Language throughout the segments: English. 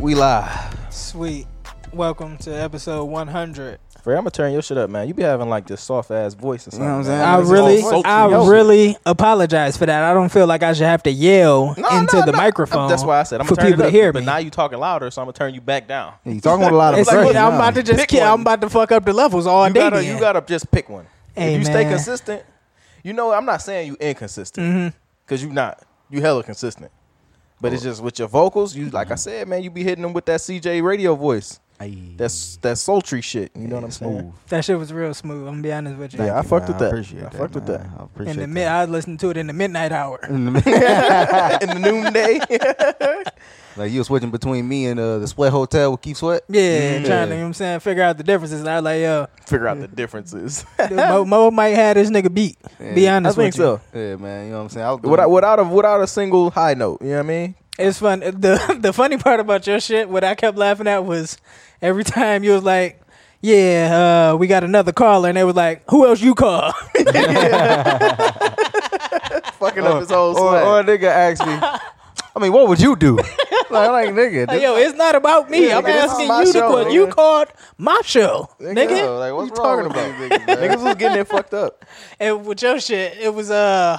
We live. Sweet. Welcome to episode 100. Free, I'm gonna turn your shit up, man. You be having like this soft ass voice or You know something. what I'm saying? I man. It's really, all sultry. I Yo. really apologize for that. I don't feel like I should have to yell No, into no, the no. microphone. That's why I said I'm for gonna turn people it to up, hear But me. now you talking louder, so I'm gonna turn you back down. You talking with a lot of It's- pressure. I'm now. about to just Pick kill. one. I'm about to fuck up the levels all you day. gotta, then. you gotta just pick one. Hey, if you stay man. consistent, you know I'm not saying you inconsistent Mm-hmm. Mm. because you not. You hella consistent, but it's just with your vocals. You like I mm-hmm. said, man, you be hitting them with that CJ radio voice. Ayy. That's that sultry shit. You know what I'm saying? Smooth. that shit was real smooth. I'm gonna be honest with you. Yeah, I Thank you, fucked man. with that. appreciate I fucked with man. that. I in appreciate the mid, that. I listened to it in the midnight hour. In the mid- In the noonday, like you were switching between me and uh, the Sweat Hotel with Keith Sweat. Yeah, Mhm. trying to, you know what I'm saying, figure out the differences. And I was like, yo, figure out the differences. Mo, Mo might have this nigga beat. Be Yeah. honest I with think you. so. Yeah, man. You know what I'm saying? I was doing- without without a without a single high note. You know what I mean? It's fun. The the funny part about your shit, what I kept laughing at was every time you was like, Yeah, uh, we got another caller and they was like, Who else you call? Fucking up his whole uh, or, swag. or a nigga asked me, I mean, what would you do? like, I'm like, nigga, Like, this- Yo, it's not about me. Yeah, I'm nigga, this is asking my you to show, call. You nigga. called my show. yo, Nigga. like, what's you wrong talking with these niggas, man? Niggas was getting it fucked up. And with your shit, it was uh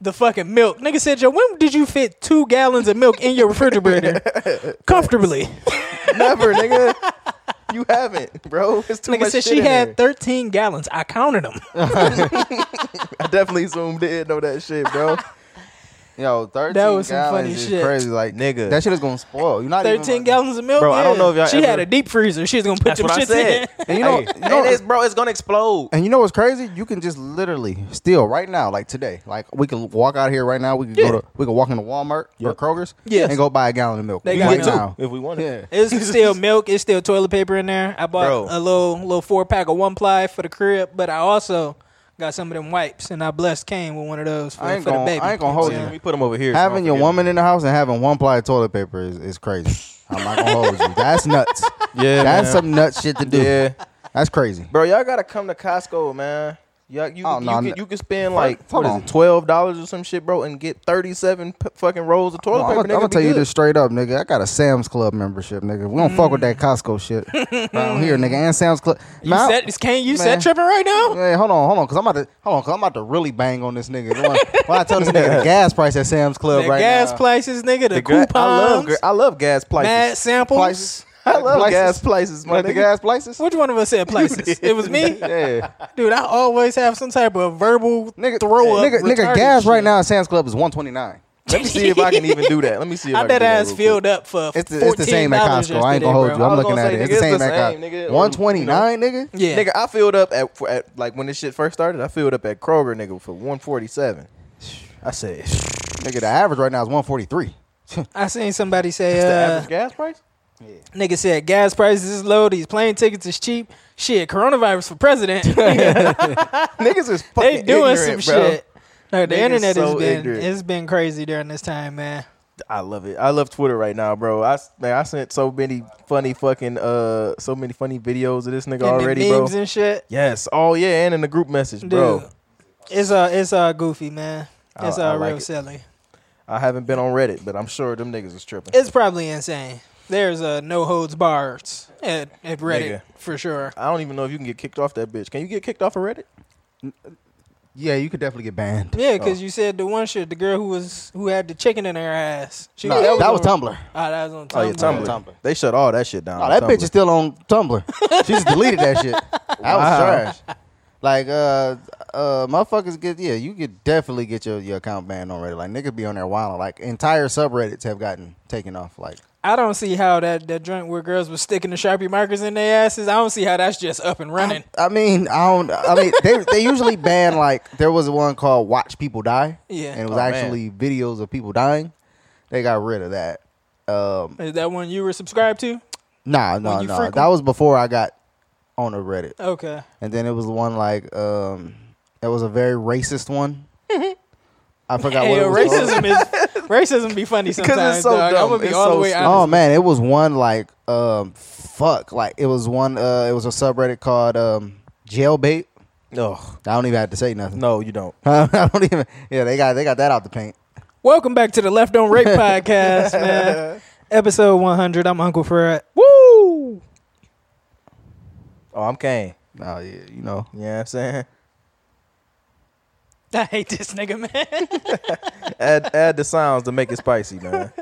the fucking milk. Nigga said, Yo, when did you fit two gallons of milk in your refrigerator? Comfortably. Never, nigga. You haven't, bro. It's too Nigga much said shit she in had there. 13 gallons. I counted them. I definitely zoomed in on that shit, bro. Yo, 13 That was some gallons funny is shit. crazy. Like, Nigga. that shit is gonna spoil. You're not even, 13 like- gallons of milk. Bro, I don't yeah. know if y'all She ever- had a deep freezer. She's gonna put That's them what I shits said. in. And you know, you know, And it's, bro, it's gonna explode. And you know what's crazy? You can just literally still right now, like today, like we can walk out here right now. We can go to we can walk into Walmart or Yep. Kroger's Yes. and go buy a gallon of milk They got right milk. now. If we want Yeah, it. It's still milk. It's still toilet paper in there. I bought Bro. a little little four pack of one ply for the crib, but I also got some of them wipes, and I blessed Kane with one of those for, I ain't for gonna- the baby. I ain't gonna hold Yeah, you. Let me put them over here. so I don't having your forget. woman in the house and having one ply of toilet paper is, is crazy. I'm not gonna hold you. That's nuts. Yeah, That's man. some nuts shit to do. Yeah, That's crazy. bro, y'all gotta come to Costco, man. Y'all, you, Oh, you, no, I'm can, not- you can spend like Hold what is on. it, twelve dollars or some shit, bro, and get thirty-seven p- fucking rolls of toilet I'm paper. gonna, I'm nigga, gonna be tell you good. this straight up, nigga. I got a Sam's Club membership, nigga. We don't fuck with Mm. that Costco shit around here, nigga. And Sam's Club. You Man, I- set, is Kane, you Man. set tripping right now? Hey, hold on, hold on, cause I'm about to hold on, cause I'm about to really bang on this nigga. When I, when I tell this nigga the gas price at Sam's Club the right gas now, prices, nigga. The, The gra- coupons. I love, gra- I love gas prices. mad samples. prices, I love Prices? gas prices, my like the nigga. gas prices. Which one of us said places? it was me, Yeah, dude. I always have some type of verbal nigga, throw up. nigga, nigga, retarded gas right shit. now at Sam's Club is 129. Let me see if I can even do that. Let me see if I, I can bet do that ass real filled up for It's the, $14 it's the same at Costco. I ain't yesterday, gonna hold bro. you. I'm I was looking gonna at say, it. It's nigga, the it's same the at same, nigga. Costco. 129, nigga. Yeah. Nigga, I filled up at, for- at like when this shit first started. I filled up at Kroger, nigga, for one forty seven. I said, Nigga, the average right now is 143. I seen somebody say, the uh, average gas price. nigga said gas prices is low, these plane tickets is cheap. Shit, coronavirus for president. Niggas is fucking they doing ignorant, some bro. shit. No, the Niggas internet has so been ignorant. it's been crazy during this time, man. I love it. I love Twitter right now, bro. I s- man, I sent so many funny fucking uh, so many funny videos of this nigga and the already, bro. memes and shit. yes. Oh yeah, and in the group message, Dude. bro. It's uh it's uh goofy, man. I- It's I uh like real it. silly. I haven't been on Reddit, but I'm sure them niggas is tripping. It's probably insane. There's uh no holds bars at, at Reddit Nigga. for sure. I don't even know if you can get kicked off that bitch. Can you get kicked off of Reddit? Yeah, you could definitely get banned. Yeah, Oh. because you said the one shit, the girl who was who had the chicken in her ass. She Nah, that on- was Tumblr. Ah, that was on Tumblr. Oh yeah, Tumblr. Yeah, Tumblr. They shut all that shit down. No, on Oh, that Tumblr. bitch is still on Tumblr. she just deleted that shit. That was trash. Like uh uh motherfuckers get yeah, you could definitely get your, your account banned on Reddit. Like niggas be on there wilding. Like entire subreddits have gotten taken off. Like I don't see how that that joint where girls was sticking the sharpie markers in their asses. I don't see how that's just up and running. I mean, I don't I mean they they usually ban like there was one called Watch People Die. Yeah. And it was Oh, man. actually videos of people dying. They got rid of that. Um Is that one you were subscribed to? nah, no, you no. frequent- That was before I got on a Reddit. Okay, And then it was the one like um it was a very racist one. I forgot Hey, what it yo, was racism called. is racism be funny it's sometimes. so dog. I'm dumb. gonna be It's all so Um, the way stupid. honest. Oh man, it was one like um fuck like it was one uh it was a subreddit called um jailbait. No, I don't even have to say nothing. no, you don't. I don't even. Yeah, they got they got that out the paint. Welcome back to the Left on Rape podcast, man. Episode 100. I'm Uncle Fred. Woo! Oh, I'm Kane. Oh yeah, you know. You know what I'm saying? I hate this nigga, man. Add add the sounds to make it spicy, man.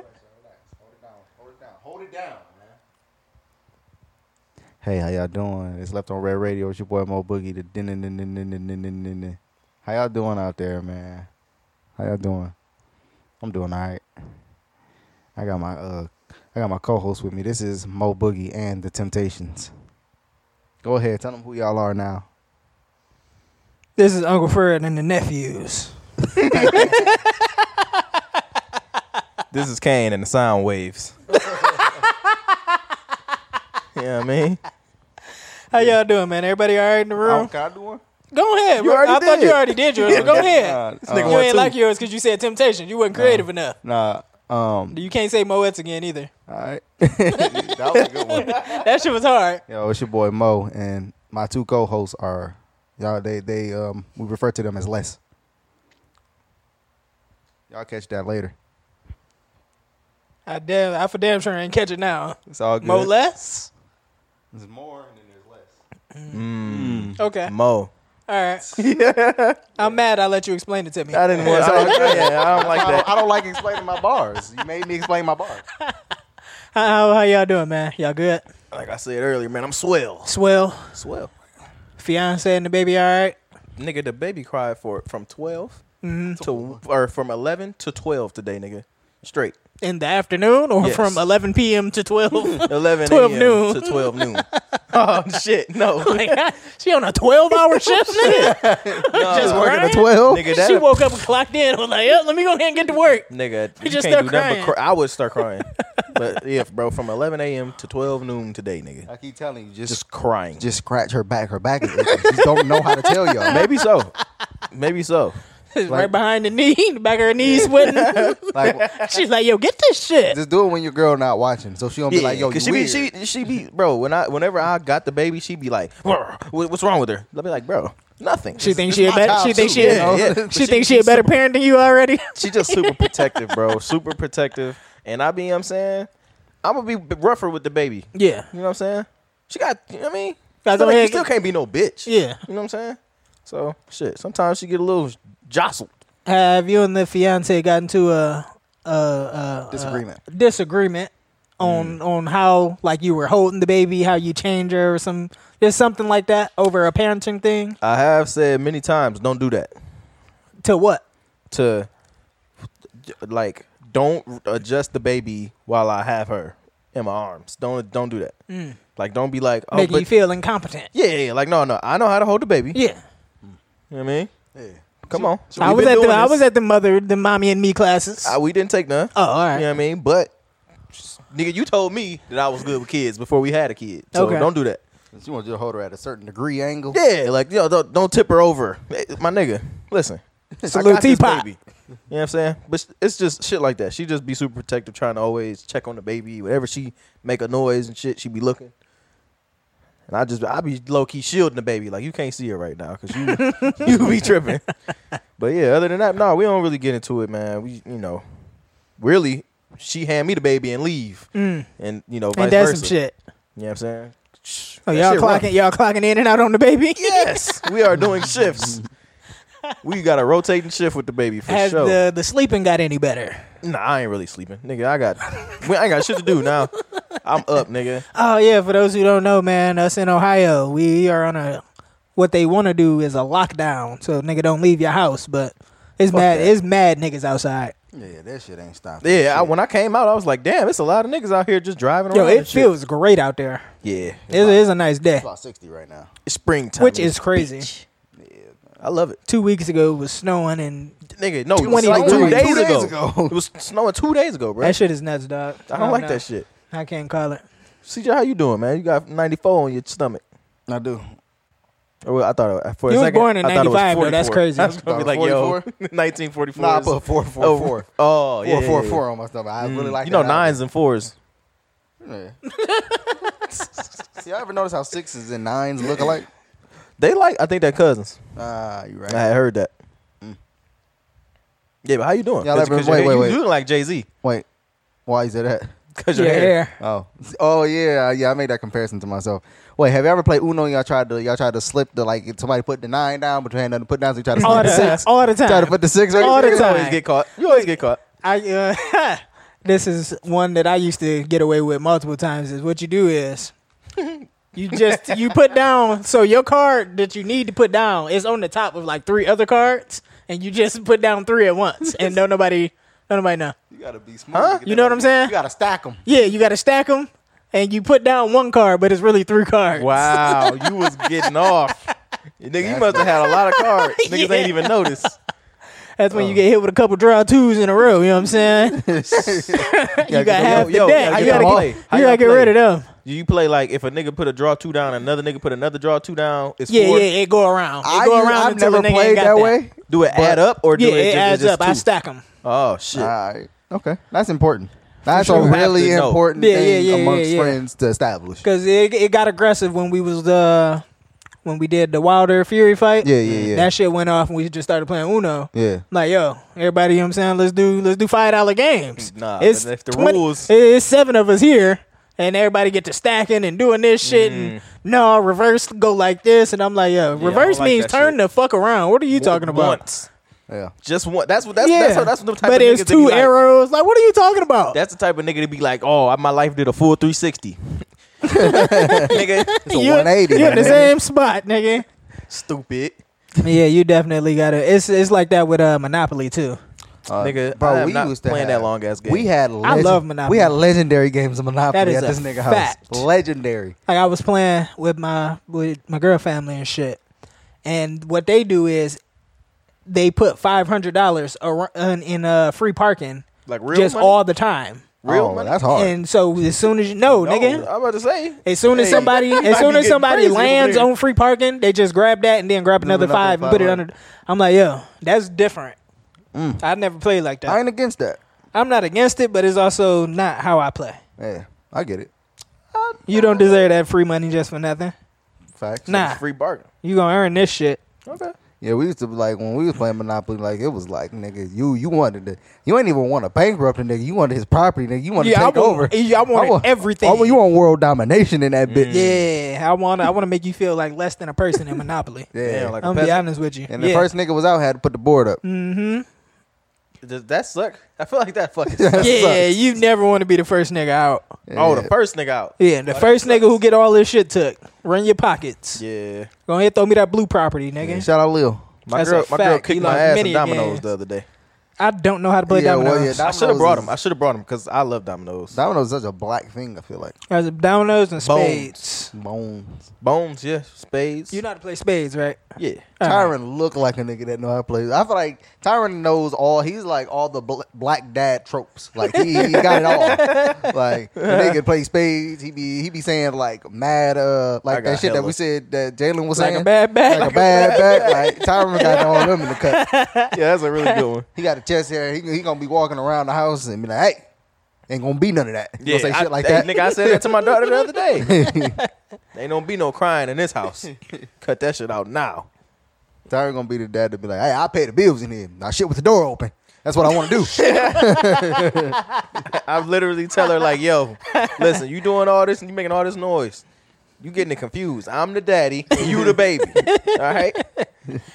Hey, how y'all doing? It's left on Red Radio. It's your boy Mo Boogie. The din din din din din din din din din din. How y'all doing out there, man? How y'all doing? I'm doing all right. I got my uh, I got my co-host with me. This is Mo Boogie and the Temptations. Go ahead, tell them who y'all are now. this is Uncle Fred and the nephews. This is Kane and the sound waves. yeah, I mean, How y'all doing, man? Everybody all right in the room? can I do one? Go ahead, Oh. You bro. I already thought you did. already did yours. but go ahead. This nigga you want ain't two. like yours because you said temptation. You wasn't creative enough. Nah. Um. You can't say Moets again either. All right. that was a good one. That shit was hard. Yo, it's your boy Mo, and my two co-hosts are y'all. They they um we refer to them as Les. Y'all catch that later. I damn, I for damn sure ain't catch it now. it's all good. Mo less? There's more, and then there's less. Mm-hmm. Okay. Mo. All right. I'm mad I let you explain it to me. I didn't want. I don't, yeah, I don't like I that. don't, I don't like explaining my bars. You made me explain my bars. How, how, how y'all doing, man? Y'all good? Like I said earlier, man, I'm swell. Swell. Swell. Fiance and the baby, all right? Nigga, the baby cried for it from 12 to or from 11 to 12 today, nigga. Straight. In the afternoon or Yes. from 11 p.m. to 12? 11 12 a.m. noon. to 12 noon. oh, shit. No. like, she on a 12 hour shift, nigga? Just no. working at Twelve. Nigga, that, She woke up and clocked in. was like, yep, let me go ahead and get to work. Nigga, you just can't start do nothing but crying. cry. I would start crying. but yeah, bro, from 11 a.m. to 12 noon today, nigga. I keep telling you, just just, Just crying. scratch her back. Her back is itching. She don't know how to tell y'all. Maybe so. Maybe so. right behind the knee, the back of her knee sweating. Like She's like, yo, get this shit. just do it when your girl not watching, so she don't Yeah, be like, yo, you 'cause she weird. be she she be bro. When I whenever I got the baby, she be like, "Brr, what- "What's wrong with her?" I'll be like, "Bro, nothing." She It's- it's thinks she a my better. child She thinks too, she. you know? Yeah. A, But she thinks she a better parent than you already. She just super protective, bro. Super protective. And I be, you know what I'm saying, I'm gonna be b- rougher with the baby. Yeah. You know what I'm saying? She got, you know what I mean? Gotta go Like, you ahead. still can't be no bitch. Yeah. You know what I'm saying? So shit. Sometimes she get a little jostled. Have you and the fiance gotten to a, a, a, a Disagreement. disagreement on Mm. on how like you were holding the baby, how you change her, or some just something like that over a parenting thing? I have said many times, don't do that. To what? To like, don't adjust the baby while I have her in my arms. Don't don't do that. Like, don't be like, oh, Making but Mm. you feel incompetent. yeah, yeah, yeah. like no, no. I know how to hold the baby. Yeah. You know what I mean? Yeah. Come on. I We've was been at the doing I this. was at the mother the mommy and me classes. I, we didn't take none. oh, all right. You know what I mean? But nigga, you told me that I was good with kids before we had a kid. So Okay. don't do that. She want you to hold her at a certain degree angle. Yeah, like yo, don't, don't tip her over, Hey, my nigga. Listen, it's a little teapot. You know what I'm saying? But sh- it's just shit like that. She just be super protective, trying to always check on the baby. Whenever she make a noise and shit, she be looking. And I just I be low key shielding the baby, like you can't see her right now because you you be tripping. But yeah, other than that, no, we don't really get into it, man. We you know, really, she hand me the baby and leave, and you know, vice Mm. and that's versa. some shit. You know what I'm saying? Shh, Oh, that y'all shit rough. clocking y'all clocking in and out on the baby. Yes, we are doing shifts. We got a rotating shift with the baby for Has sure. the the sleeping got any better? nah, I ain't really sleeping, nigga. I got, we- I ain't got shit to do now. I'm up, nigga. Oh yeah, for those who don't know, man, us in Ohio, we are on a what they want to do is a lockdown. So nigga, don't leave your house. But it's mad, that. it's mad niggas outside. Yeah, that shit ain't stopping. Yeah, I, when I came out, I was like, damn, it's a lot of niggas out here just driving Yo, around. it and shit. feels great out there. yeah, it's, It is a nice day, about sixty right now. springtime, which is crazy. I love it, Two weeks ago it was snowing, and nigga. No, it was 20 snowing two degrees. days, Two days ago. ago. it was snowing two days ago, bro. that shit is nuts, dog. I don't like know. that shit. I can't call it. CJ, how you doing, man? You got 94 on your stomach. I do. Or, well, I thought it- for You a was second, born in I thought it was 95, though. That's 44. crazy. I was gonna be like, yo, 44? 1944. Nah, I is- put four, four, Oh, four. Oh, yeah, Four, yeah, four, yeah. four on my stomach. I really like Mm. you that know album. nines and fours. Yeah. See, I ever notice how sixes and nines look alike? They like I think they're cousins. Ah, you right. I had heard that. Yeah, but how you doing? Y'all 'Cause- ever- Mm. 'cause you- wait, wait, you wait. do look like Jay Z. Wait, why is it that? Cause Your your hair. hair. Oh, oh yeah, yeah. I made that comparison to myself. Wait, have you ever played Uno? and Y'all tried to y'all tried to slip the like somebody put the nine down, but you had nothing to put down, so you tried to slip All the the time. six. All the Try to put time. the six right All the there. You always time. get caught. You always get caught. I uh, this is one that I used to get away with multiple times. Is what you do is you just you put down so your card that you need to put down is on the top of like three other cards, and you just put down three at once, and don't nobody don't nobody know. You gotta be smart. Huh? You know what I'm saying? You gotta stack them. Yeah, you got to stack them, and you put down one card, but it's really three cards. Wow, you was getting off. Nigga, you That's must have had a lot of cards. Niggas Yeah. ain't even noticed. That's when you get hit with a couple draw twos in a row. You know what I'm saying? you got half the yo, deck. how You y'all gotta play? get, How you y'all gotta get play? rid of them. Do you play like if a nigga put a draw two down, another nigga put another draw two down? It's Yeah, four. yeah, it go around. It I, go u- around I've until never the nigga ain't played got that way. Do it add up or do it, Yeah, it ju- it's adds just up. I Ah. two? stack them. Oh shit! Alright. Okay. That's important. That's a sure. really Have to know. important Yeah, thing yeah, yeah, amongst yeah, yeah. friends to establish. Cause it it got aggressive when we was the when we did the Wilder Fury fight. Yeah, yeah, yeah. That shit went off and we just started playing Uno. Yeah. I'm like, yo, everybody, you know what I'm saying? Let's do let's do five dollar games. Nah, but if the 20 rules- it's seven of us here and everybody get to stacking and doing this shit Mm. and no, reverse go like this and I'm like, yo, don't reverse like means that turn shit. the fuck around. What are you talking about? Once. Yeah. Just one. That's what. That's yeah, that's, how, that's the type. of but it's niggas that be two like- arrows. Like, what are you talking about? That's the type of nigga to be like, oh, I- my life did a full 360. nigga, It's a You- 180. You're in the man. same spot, nigga. stupid. yeah, you definitely gotta. It's it's like that with uh, Monopoly too. Uh, Nigga, I am not playing have- that long ass game. We had I love legend- Monopoly. We had legendary games of Monopoly That is at a this nigga fact. house. Legendary. Like I was playing with my with my girl family and shit, and what they do is they put five hundred dollars in, in uh, free parking like real just money? all the time. real oh, money? that's hard. And so as soon as you know, No, nigga, I'm about to say. As soon as Hey, somebody, you as might soon be as getting somebody crazy over lands here. on free parking, they just grab that and then grab another, Another five and put it 500. under. I'm like, yo, that's different. Mm. I never played like I that. ain't against that. I'm not against it, but it's also not how I play. Yeah, I get it. You don't deserve that free money just for nothing. Facts. Nah. It's free bargain. You gonna earn this shit. Okay. Yeah, we used to like when we was playing Monopoly, like it was like nigga, you you wanted to, you ain't even want to bankrupt a nigga, you wanted his property, nigga, you want to Yeah, I take want- over. yeah, I wanted want- everything. I want- you want world domination in that bitch. Yeah, I wanna, I wanna make you feel like less than a person in Monopoly. yeah. Damn, like a I'm gonna be peasant. honest with you. and the yeah. Mm-hmm. first nigga was out had to put the board up. Mm. Does that suck? I feel like that fucking Yeah. sucks. yeah, you never want to be the first nigga out. Oh, Yeah. the first nigga out. Yeah, the first nigga who get all this shit took. Run your pockets. Yeah. Go ahead, throw me that blue property, nigga. Shout out Lil. My That's girl, a my girl fact. He kicked my lost ass in many dominoes games. the other day. I don't know how to play Yeah, well, dominoes. yeah, I should have Dominoes brought is- him. I should have brought him because I love dominoes. Domino's is such a black thing. I feel like There's dominoes and Bones. spades. bones. Bones, yeah, spades. You know how to play spades, right? yeah. All right. Tyron look like a nigga that know how to play. I feel like Tyron knows all. He's like all the bl- black dad tropes. Like he, he got it all. Like the nigga play spades. He be he be saying like mad uh I like got that shit that hella. we said that Jalen was Like saying a bad back. Like a bad back. Like Tyron got all them in the cut. Yeah, that's a really good one. He got a chest hair. He, he gonna be walking around the house and be like, hey, ain't gonna be none of that. He Yeah, gonna say shit I- like hey, that. Nigga, I said that to my daughter the other day. Ain't don't be no crying in this house. Cut that shit out now. Tyron gonna be the dad to be like, hey, I pay the bills in here. Now shit with the door open. That's what I want to do. I literally tell her like, "Yo, listen, you doing all this and you making all this noise. You getting it confused. I'm the daddy, and you the baby. All right?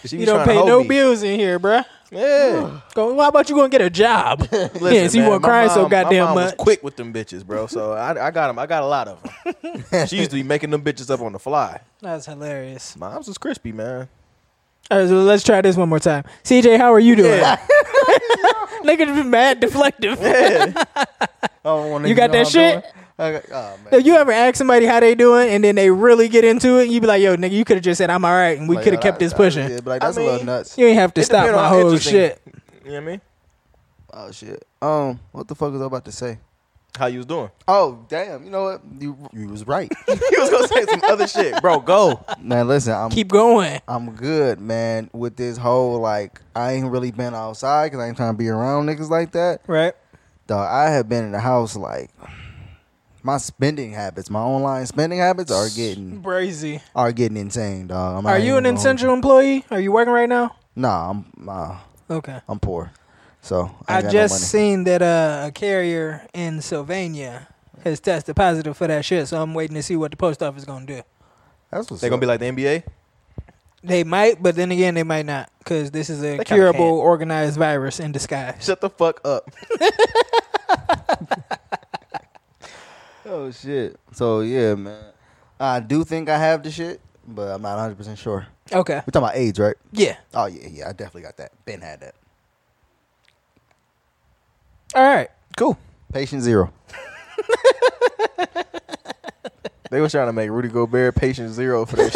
She You be don't trying to pay hold no me. bills in here, bruh. Yeah. Go. Why about you gonna get a job? Listen, yes, you man, weren't my crying so mom- my goddamn mom much. Was quick with them bitches, bro. So I, I got them. I got a lot of them. she used to be making them bitches up on the fly. That's hilarious. Moms was crispy, man. All right, so let's try this one more time. CJ, how are you doing? Nigga, just mad deflective. You got that shit? oh, If you ever ask somebody how they doing and then they really get into it, you be like, "Yo, nigga, you could have just said I'm all right," and we could have kept this pushing. Yeah, but like, that's I a mean- little nuts. You ain't have to It stop depend on my how whole interesting- shit. You know what I mean? Oh shit. Um, what the fuck was I about to say? How you was doing? Oh damn! You know what? You you was right. You was gonna say some other shit, bro. Go. man, listen, I'm Oh, Keep going. I'm good, man. With this whole like, I ain't really been outside because I ain't trying to be around niggas like that. Right. Dog, I have been in the house like. My spending habits, my online spending habits are getting Brazy. are getting insane, dog. Mm. I'm not Are you an even gonna- essential employee? Are you working right now? Nah, I'm uh, Okay. I'm poor. So I I, ain't got no just money. seen that uh, a carrier in Sylvania has tested positive for that shit, so I'm waiting to see what the post office gonna do. That's what's They're gonna be like the NBA. They might, but then again, they might not, because this is a kinda curable, can't. organized virus in disguise. Shut the fuck up. oh shit. So yeah, man. I do think I have the shit, but I'm not 100 percent sure. Okay, We're talking about AIDS, right? yeah, Oh yeah, yeah. I definitely got that. Ben had that. all right, Cool. Patient zero. They was trying to make Rudy Gobert patient zero for that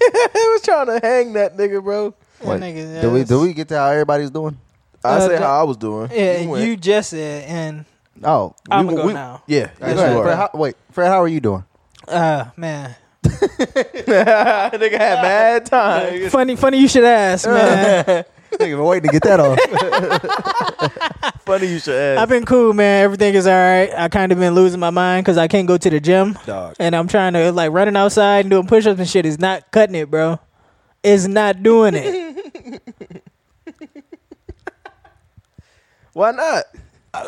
shit. they was trying to hang that nigga, bro. That nigga, do we yes. do we get to how everybody's doing? I Uh, said that- how I was doing. yeah, went. you just said, and Oh, I'm We- gonna go we- now. Yeah, Go ahead. yes, you Fred, are. how, wait, Fred, how are you doing? Uh man. nigga had mad Uh, time. Uh, Funny funny you should ask, man. Nigga, been waiting to get that off. Funny you should I've ask. been cool, man. Everything is all right. I kind of been losing my mind cuz I can't go to the gym Dog. and I'm trying to like running outside and doing push-ups and shit is not cutting it, bro. It's not doing it. Why not?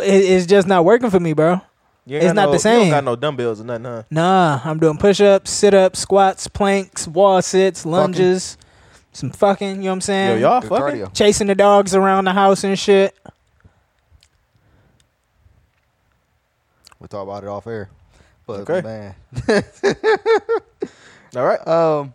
It- it's just not working for me, bro. You ain't It's got not no- the You same. don't got no dumbbells or nothing, huh? Nah, I'm doing push-ups, sit-ups, squats, planks, wall sits, lunges, some fucking, you know what I'm Yo, saying? y'all Good fucking. cardio. Chasing the dogs around the house and shit. We talk about it off air. But Okay. man, All right. um,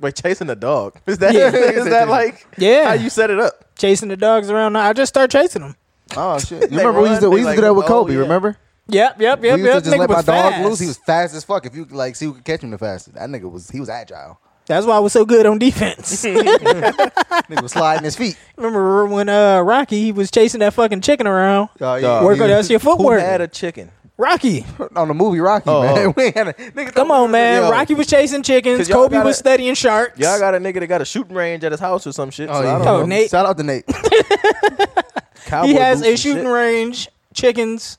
Wait, chasing the dog. Is that Yeah. is that like Yeah. how you set it up? chasing the dogs around. I just start chasing them. oh shit! You remember we used to run, we they used to like, do that with oh, Kobe? yeah. Remember? Yep, yep, yep, we used yep. to just Nigga let my was dog fast. loose. He was fast as fuck. If you could, like see who could catch him the fastest, that nigga was he was agile. That's why I was so good on defense. nigga was sliding his feet. Remember when uh Rocky he was chasing that fucking chicken around? Oh, Dog. Work on that's your footwork. Who had a chicken? Rocky, on the movie Rocky, Oh, man. oh. We ain't had a, nigga, come on, man. Yo. Rocky was chasing chickens. 'Cause y'all Kobe gotta- was studying sharks. Y'all got a nigga that got a shooting range at his house or some shit. so I yeah. don't Oh, know. Nate. Shout out to Nate. Cowboy he has boots a and shooting shit. range, chickens.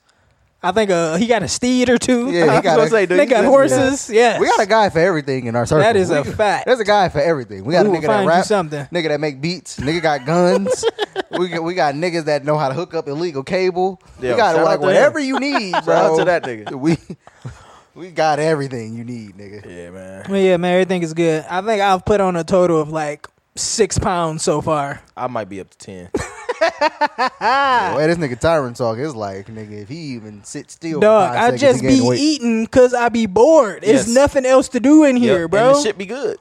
I think uh he got a steed or two. I Yeah, he was got gonna a- say, dude, they you got just- horses. Yes, We got a guy for everything in our circle. That is We- a fact. There's a guy for everything. We got We a will nigga that find you rap, something. nigga that make beats, nigga got guns. we got, we got niggas that know how to hook up illegal cable. Yo, we got shout like out to whatever you need, bro. Shout out to that nigga. We we got everything you need, nigga. Yeah, man. But yeah, man. Everything is good. I think I've put on a total of like six pounds so far. I might be up to ten. Ah. Boy, this nigga Tyron talk is like, nigga, if he even sit still, Dog, for I five seconds, just he be gained weight. eating because I be bored. There's Yes. nothing else to do in Yep, here, and bro. the shit be good.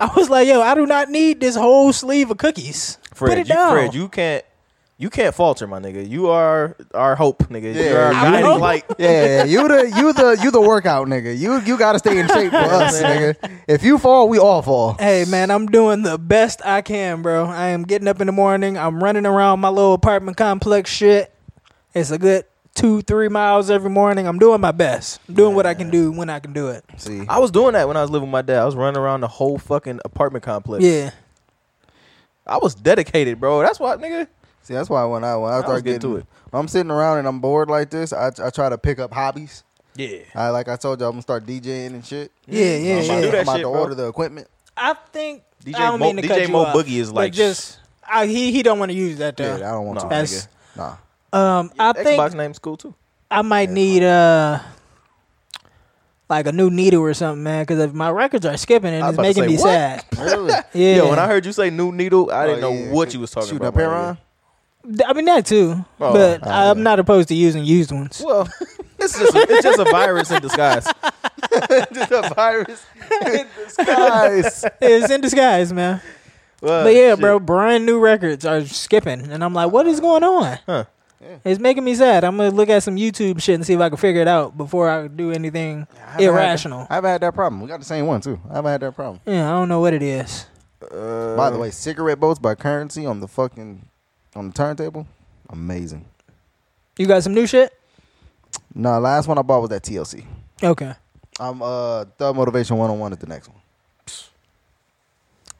I was like, yo, I do not need this whole sleeve of cookies. Put Fred, it you, down. Fred, you can't. You can't falter, my nigga. You are our hope, nigga. Yeah, You're our you know. guiding light. Yeah, you the you the you the workout nigga. You you gotta stay in shape for us, nigga. If you fall, we all fall. hey, man, I'm doing the best I can, bro. I am getting up in the morning. I'm running around my little apartment complex shit. It's a good two, three miles every morning. I'm doing my best. I'm doing what I can do when I can do it. See, I was doing that when I was living with my dad. I was running around the whole fucking apartment complex. Yeah. I was dedicated, bro. That's why, nigga. See, that's why when I when I was start getting getting to it. when I'm sitting around and I'm bored like this, I I try to pick up hobbies. Yeah. I like I told you, I'm gonna start DJing and shit. Yeah, I'm yeah, about, yeah. do that I'm about shit, to bro. order the equipment. I think DJ I don't Mo- mean to DJ cut you Mo off, Boogie is but like- just I, he he don't want to use that Yeah, though. I don't want Nah, to. That's nigga. Nah, um I Xbox think name's cool too. I might need uh like a new needle or something, man, because if my records are skipping and I was it's about to making say, me what? sad. really? Yeah, Yo, when I heard you say new needle, I didn't Oh, know yeah. what you was talking Shooting about. up my heroin? heard, I mean that too, Oh, but oh, I'm yeah. not opposed to using used ones. nigga. Well, it's just a, it's just a virus in disguise. Just a virus in disguise. it's in disguise, man. Well, but yeah, Oh, shit. bro, brand new records are skipping, and I'm like, what is going on? Huh. Yeah. It's making me sad. I'm gonna look at some YouTube shit and see if I can figure it out before I do anything I haven't had that- irrational. I haven't had that problem. We got the same one too. I haven't had that problem. Yeah, I don't know what it is. Uh, By the way, cigarette boats by currency on the fucking on the turntable, amazing. You got some new shit? Nah, last one I bought was that TLC. Okay. I'm uh Thug Motivation One on One is the next one,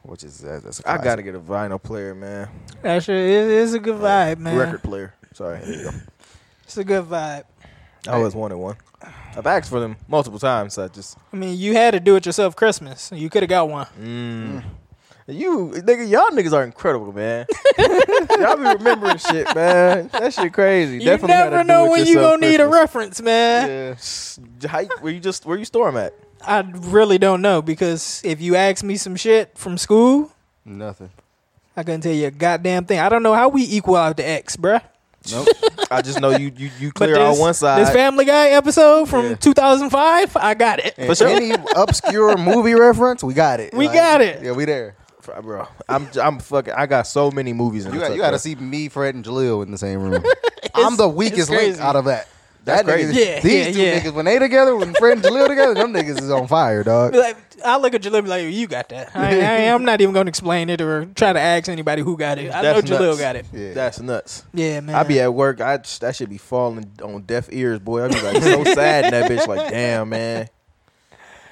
which is that's, that's a I classic. gotta get a vinyl player, man. That shit is, is a good vibe, man. Record player. Sorry. There you go. It's a good vibe. I always wanted one. I've asked for them multiple times. So I just I mean, you had to do it yourself Christmas. You could have got one. mm. You nigga, y'all niggas are incredible, man. y'all be remembering shit, man. That shit crazy. You Definitely gotta never do know it when you yourself gonna need a Christmas. reference, man. Yeah. How, where you just where you store 'em at? I really don't know because if you ask me some shit from school, Nothing. I couldn't tell you a goddamn thing. I don't know how we equal out the X, bruh. Nope. I just know you you you But clear on this- one side. This Family Guy episode from Yeah. 2005, I got it. And For sure. Any obscure movie reference, we got it. We got it. Yeah, we there. bro, I'm I'm fucking. I got so many movies. In You the got, you tuck, got bro. to see me, Fred, and Jaleel in the same room. I'm the weakest link crazy. out of that. That's that nigga- crazy. Yeah, these yeah, two yeah. niggas, when they together, when Fred and Jaleel together, them niggas is on fire, dog. Be like, I look at Jalil and be like, you got that. I, I, am not even going to explain it or try to ask anybody who got it. I That's know Jalil nuts. got it. Yeah. That's nuts. Yeah, man. I be at work. I just- that should be falling on deaf ears, boy. I be like so sad in that bitch. Like, damn, man.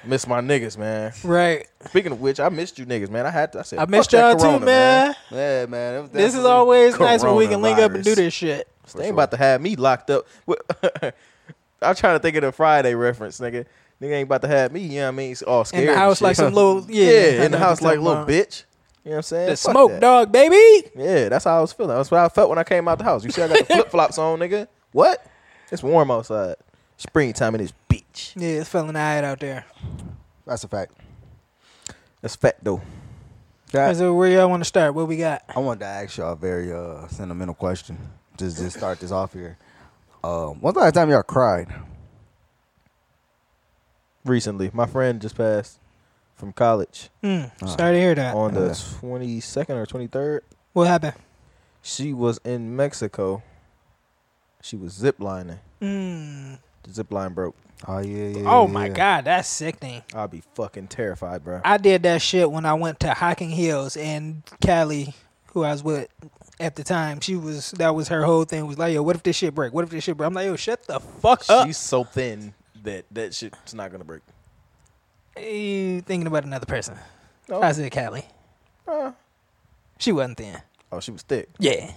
Miss my niggas, man. right. Speaking of which, I missed you niggas, man. I had to, I said, I missed fuck that y'all too, corona, man. yeah, man. it was This is definitely- always nice when we can link up coronavirus. and do this shit. They ain't about to have me locked up. What- I'm trying to think of the Friday reference, nigga. Nigga ain't about to have me, you know what I mean? It's all scared. In the and house shit. like some little yeah. Yeah, I in the know house what like you're a little talking bitch. You know what I'm saying? about. The Fuck smoke, that. dog, baby. Yeah, that's how I was feeling. That's what I felt when I came out the house. You see, I got the flip flops on, nigga. What? It's warm outside. Springtime in this beach. Yeah, it's feeling alright out there. That's a fact. That's fat though. That- So where y'all want to start? What we got? I wanted to ask y'all a very uh, sentimental question. Just just start this off here. Um, when's the last time y'all cried? Recently, my friend just passed from college Mm, Uh, sorry to hear that. on the Yeah. Uh-huh. twenty second or twenty third. What happened? She was in Mexico. She was ziplining. Mm. The zip line broke. Oh yeah, yeah. oh my yeah. god, that's sickening. I'd be fucking terrified, bro. I did that shit when I went to Hocking Hills and Callie, who I was with at the time, she was that was her whole thing was like, yo, what if this shit break? What if this shit break? I'm like, yo, shut the fuck up. She's so thin that that shit's not gonna break. You thinking about another person? No. I said Callie. Oh. Uh, She wasn't thin. oh, she was thick. Yeah,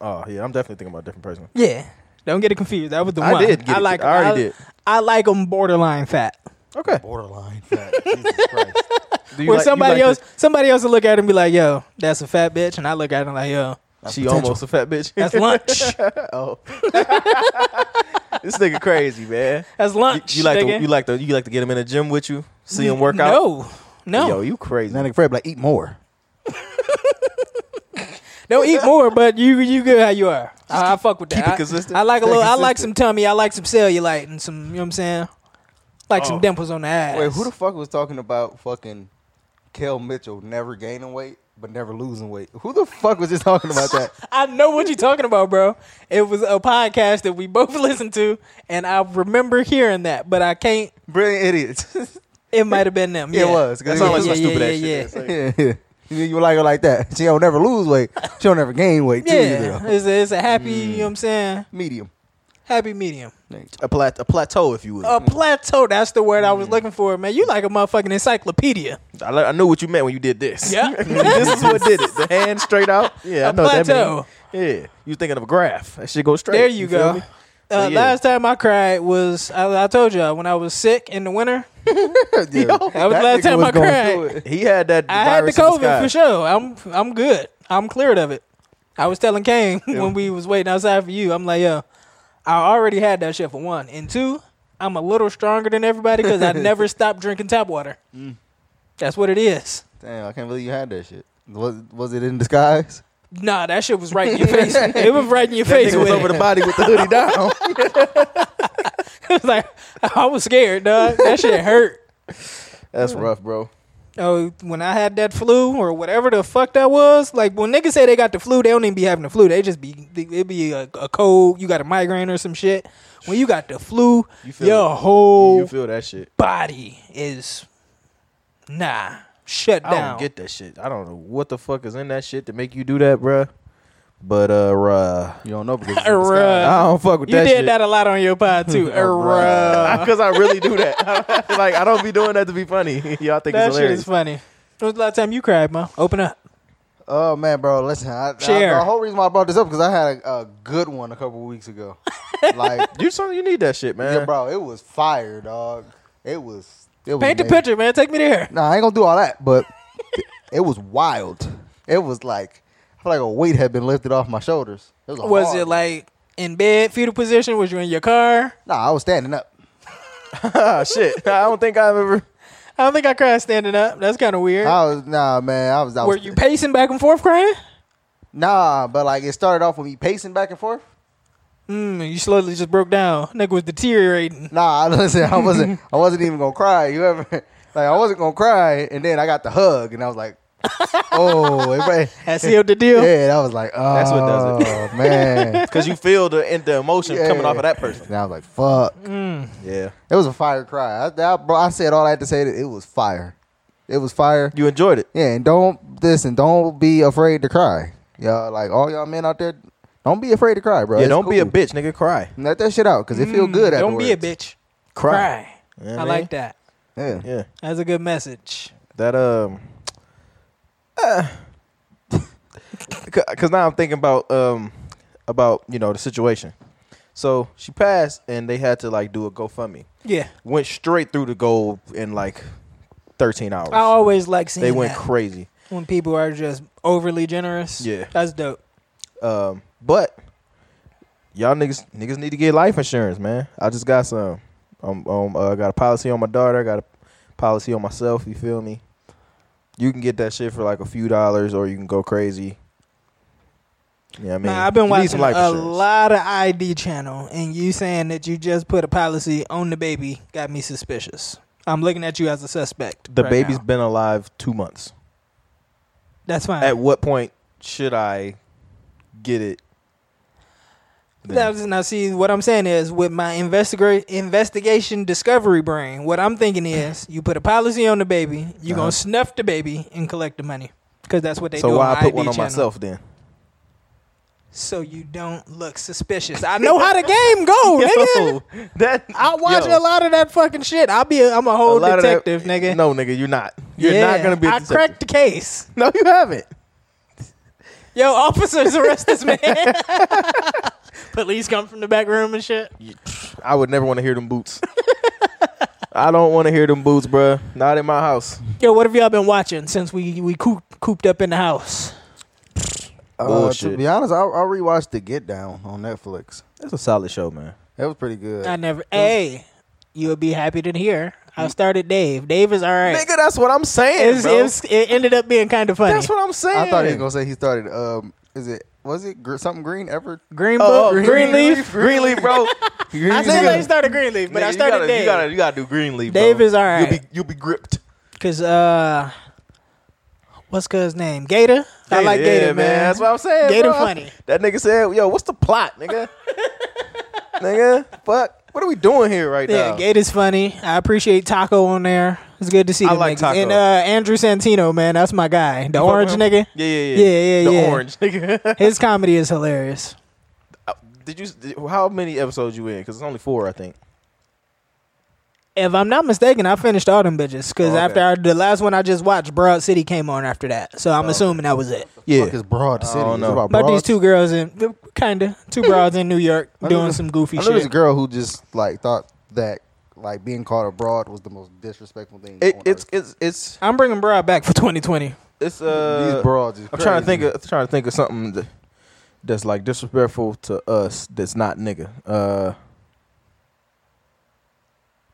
Oh yeah, I'm definitely thinking about a different person. yeah. Don't get it confused. That was the I one. did. Get I it. like. I already did. I like them borderline fat. Okay. Borderline fat. Jesus Christ. Do you like- Where you somebody like else, somebody else will look at it and be like, "Yo, that's a fat bitch," and I look at it and like, "Yo, the- That's she potential. almost a fat bitch. that's lunch. oh, this nigga crazy, man. That's You, lunch." you like to nigga. you like to you like to get him in the gym with you, see him work out. No, no. yo, you crazy. Now nigga Fred be like eat more. Don't eat more, but you you good how you are. I, I fuck with that. keep it I- consistent. I, like a Stay little. I like some consistent. tummy. I like some cellulite and some. You know what I'm saying? Like some Oh. dimples on the ass. Wait, who the fuck was talking about fucking Kel Mitchell never gaining weight but never losing weight? Who the fuck was just talking about that? I know what you're talking about, bro. It was a podcast that we both listened to, and I remember hearing that, but I can't. Brilliant idiots. It might have been them. It yeah. was, 'cause That it sounds was- like some Yeah, yeah, stupid ass yeah, shit. yeah. It's like- Yeah, yeah. You, you like her like that. She don't never lose weight. She don't never gain weight too. Yeah, either. it's a, it's a happy, Hmm. you know what I'm saying? Medium. Happy medium. a, plat- a plateau, if you will. A plateau, that's the word I was looking for, man. You like a motherfucking encyclopedia. I, le- I knew what you meant when you did this. Yeah. this is what did it. The hand straight out. Yeah, A I know what plateau. that mean. Yeah, you thinking of a graph? That shit goes straight. There you, feel go. me? Uh, But yeah. Last time I cried was, I, I told y'all, when I was sick in the winter, Yeah. that was the last nigga time was I going cried. through it. He had that. I had the virus in COVID sky. for sure. I'm I'm good. I'm cleared of it. I was telling Kane when we was waiting outside for you. I'm like, yo, I already had that shit for one, and two, I'm a little stronger than everybody because I never stopped drinking tap water. Mm. That's what it is. Damn, I can't believe you had that shit. Was, was it in disguise? Nah, that shit was right in your face. it was right in your That face. nigga was with over it. the body with the hoodie down. It was like I was scared, dog. That shit hurt. That's rough, bro. Oh, when I had that flu or whatever the fuck that was, like when niggas say they got the flu, they don't even be having the flu. They just be it be a, a cold. You got a migraine or some shit. When you got the flu, You feel your it. whole You feel that shit? body is nah shut I down. don't get that shit. I don't know what the fuck is in that shit to make you do that, bruh. But uh, uh You don't know because it's in Uh, disguise. I don't fuck with you that. uh, did shit. that a lot on your pod too. Err, because I really do that. like I don't be doing that to be funny. Y'all think that it's shit hilarious. is funny. When was the last time you cried, man? Open up. Oh man, bro, listen. I, I- Share. the whole reason why I brought this up because I had a, a good one a couple weeks ago. like, You son, you need that shit, man. yeah, bro, it was fire, dog. It was. It was Paint the amazing. Oh, picture, man. Take me there. Nah, I ain't gonna do all that, but It was wild. It was like I feel like a weight had been lifted off my shoulders. It was, a Was hard- it like in bed, fetal position? Was you in your car? Nah, I was standing up. Ah, shit. I don't think I've ever. I don't think I cried standing up. That's kind of weird. I was nah, man. I was. I Were was you pacing back and forth crying? nah, but like it started off with me pacing back and forth. Mm, you slowly just broke down. Nigga was deteriorating. Nah, I- listen, I wasn't. I wasn't even gonna cry. You ever like I wasn't gonna cry, and then I got the hug, and I was like, oh, everybody. That sealed the deal. Yeah, and I was like, oh, That's what does it. man. Because you feel the, and the emotion coming off of that person. And I was like, fuck. Yeah. It was a fire cry. I, I, bro, I said all I had to say. That it was fire. It was fire. You enjoyed it. Yeah, and don't listen. Don't be afraid to cry. Y'all, like all y'all men out there, don't be afraid to cry, bro. yeah, It's don't be a cool. bitch, nigga. Cry. Let that shit out because it feel Mm, good. Don't be a afterwards. bitch. Cry. Cry. Yeah, I man. like that. Yeah. Yeah. That's a good message. That, um. Because now I'm thinking about, um, about, you know, the situation. So she passed and they had to, like, do a GoFundMe. Yeah. Went straight through the goal in, like, 13 hours. I always like seeing they went that. crazy. when people are just overly generous. Yeah. That's dope. Um, but y'all niggas niggas need to get life insurance, man. I just got some. Um, um, uh, I got a policy on my daughter. I got a policy on myself. You feel me? You can get that shit for like a few dollars, or you can go crazy. Yeah, I mean, Nah, I've been you need watching some a life insurance. lot of ID channel, and you saying that you just put a policy on the baby got me suspicious. I'm looking at you as a suspect. The right baby's now. been alive two months. That's fine. At what point should I get it? then? Now, now, see, what I'm saying is, with my investiga- investigation discovery brain, what I'm thinking is, you put a policy on the baby, you Uh-huh. gonna snuff the baby and collect the money, because that's what they do. so why on I put ID one on channel. myself then? So you don't look suspicious. I know how the game goes, nigga. Yo, that Oh, I watch yo, a lot of that fucking shit. I'll be, a, I'm a whole lot of that- detective, nigga. No, nigga, you're not. You're Yeah, not gonna be. a I detective. cracked the case. No, you haven't. Yo, officers, arrest this man. Police come from the back room and shit. I would never want to hear them boots. I don't want to hear them boots, bruh. Not in my house. Yo, what have y'all been watching since we we coop, cooped up in the house? Uh, to Bullshit. be honest, I, I rewatched The Get Down on Netflix. That's a solid show, man. That was pretty good. I never. Hey, you'll be happy to hear. I started Dave. Dave is all right. Mm. Nigga, that's what I'm saying, It's- bro. it's- it ended up being kind of funny. that's what I'm saying. I thought he was gonna say he started. Um, is it was it gr- something green ever? Green Oh, Book, oh, Greenleaf. Greenleaf, bro. I You said gotta- I started Greenleaf, but Nigga, I you gotta, started You Dave gotta, you gotta do Greenleaf. bro. Dave is all right. You'll be, you'll be gripped. because uh, what's cuz name? Gator. I like Yeah, Gator, man. That's what I'm saying. Gator bro. funny. That nigga said, "Yo, what's the plot, nigga? nigga, fuck. What are we doing here right Yeah, now? Gator's funny. I appreciate Taco on there. It's good to see. I them like niggas. Taco. and uh, Andrew Santino, man, that's my guy. The fuck with orange him? nigga. Yeah, yeah, yeah. Yeah, yeah, the yeah. orange, nigga. His comedy is hilarious. Uh, Did you? Did, how many episodes you in? Because it's only four, I think. If I'm not mistaken, I finished all them bitches because Oh, okay. after I, the last one I just watched, Broad City came on after that. So I'm assuming that was it. Fuck is broad city. don't It's know. about, About these broads. two girls in kinda two broads in New York I knew doing this- some goofy I know there's a shit. girl who just like thought that like being called abroad was the most disrespectful thing. It, on it's earth. it's it's I'm bringing Broad back for 2020. it's uh. these broads. Is I'm trying to think. crazy. Of, I'm trying to think of something that, that's like disrespectful to us. That's not nigga. Uh,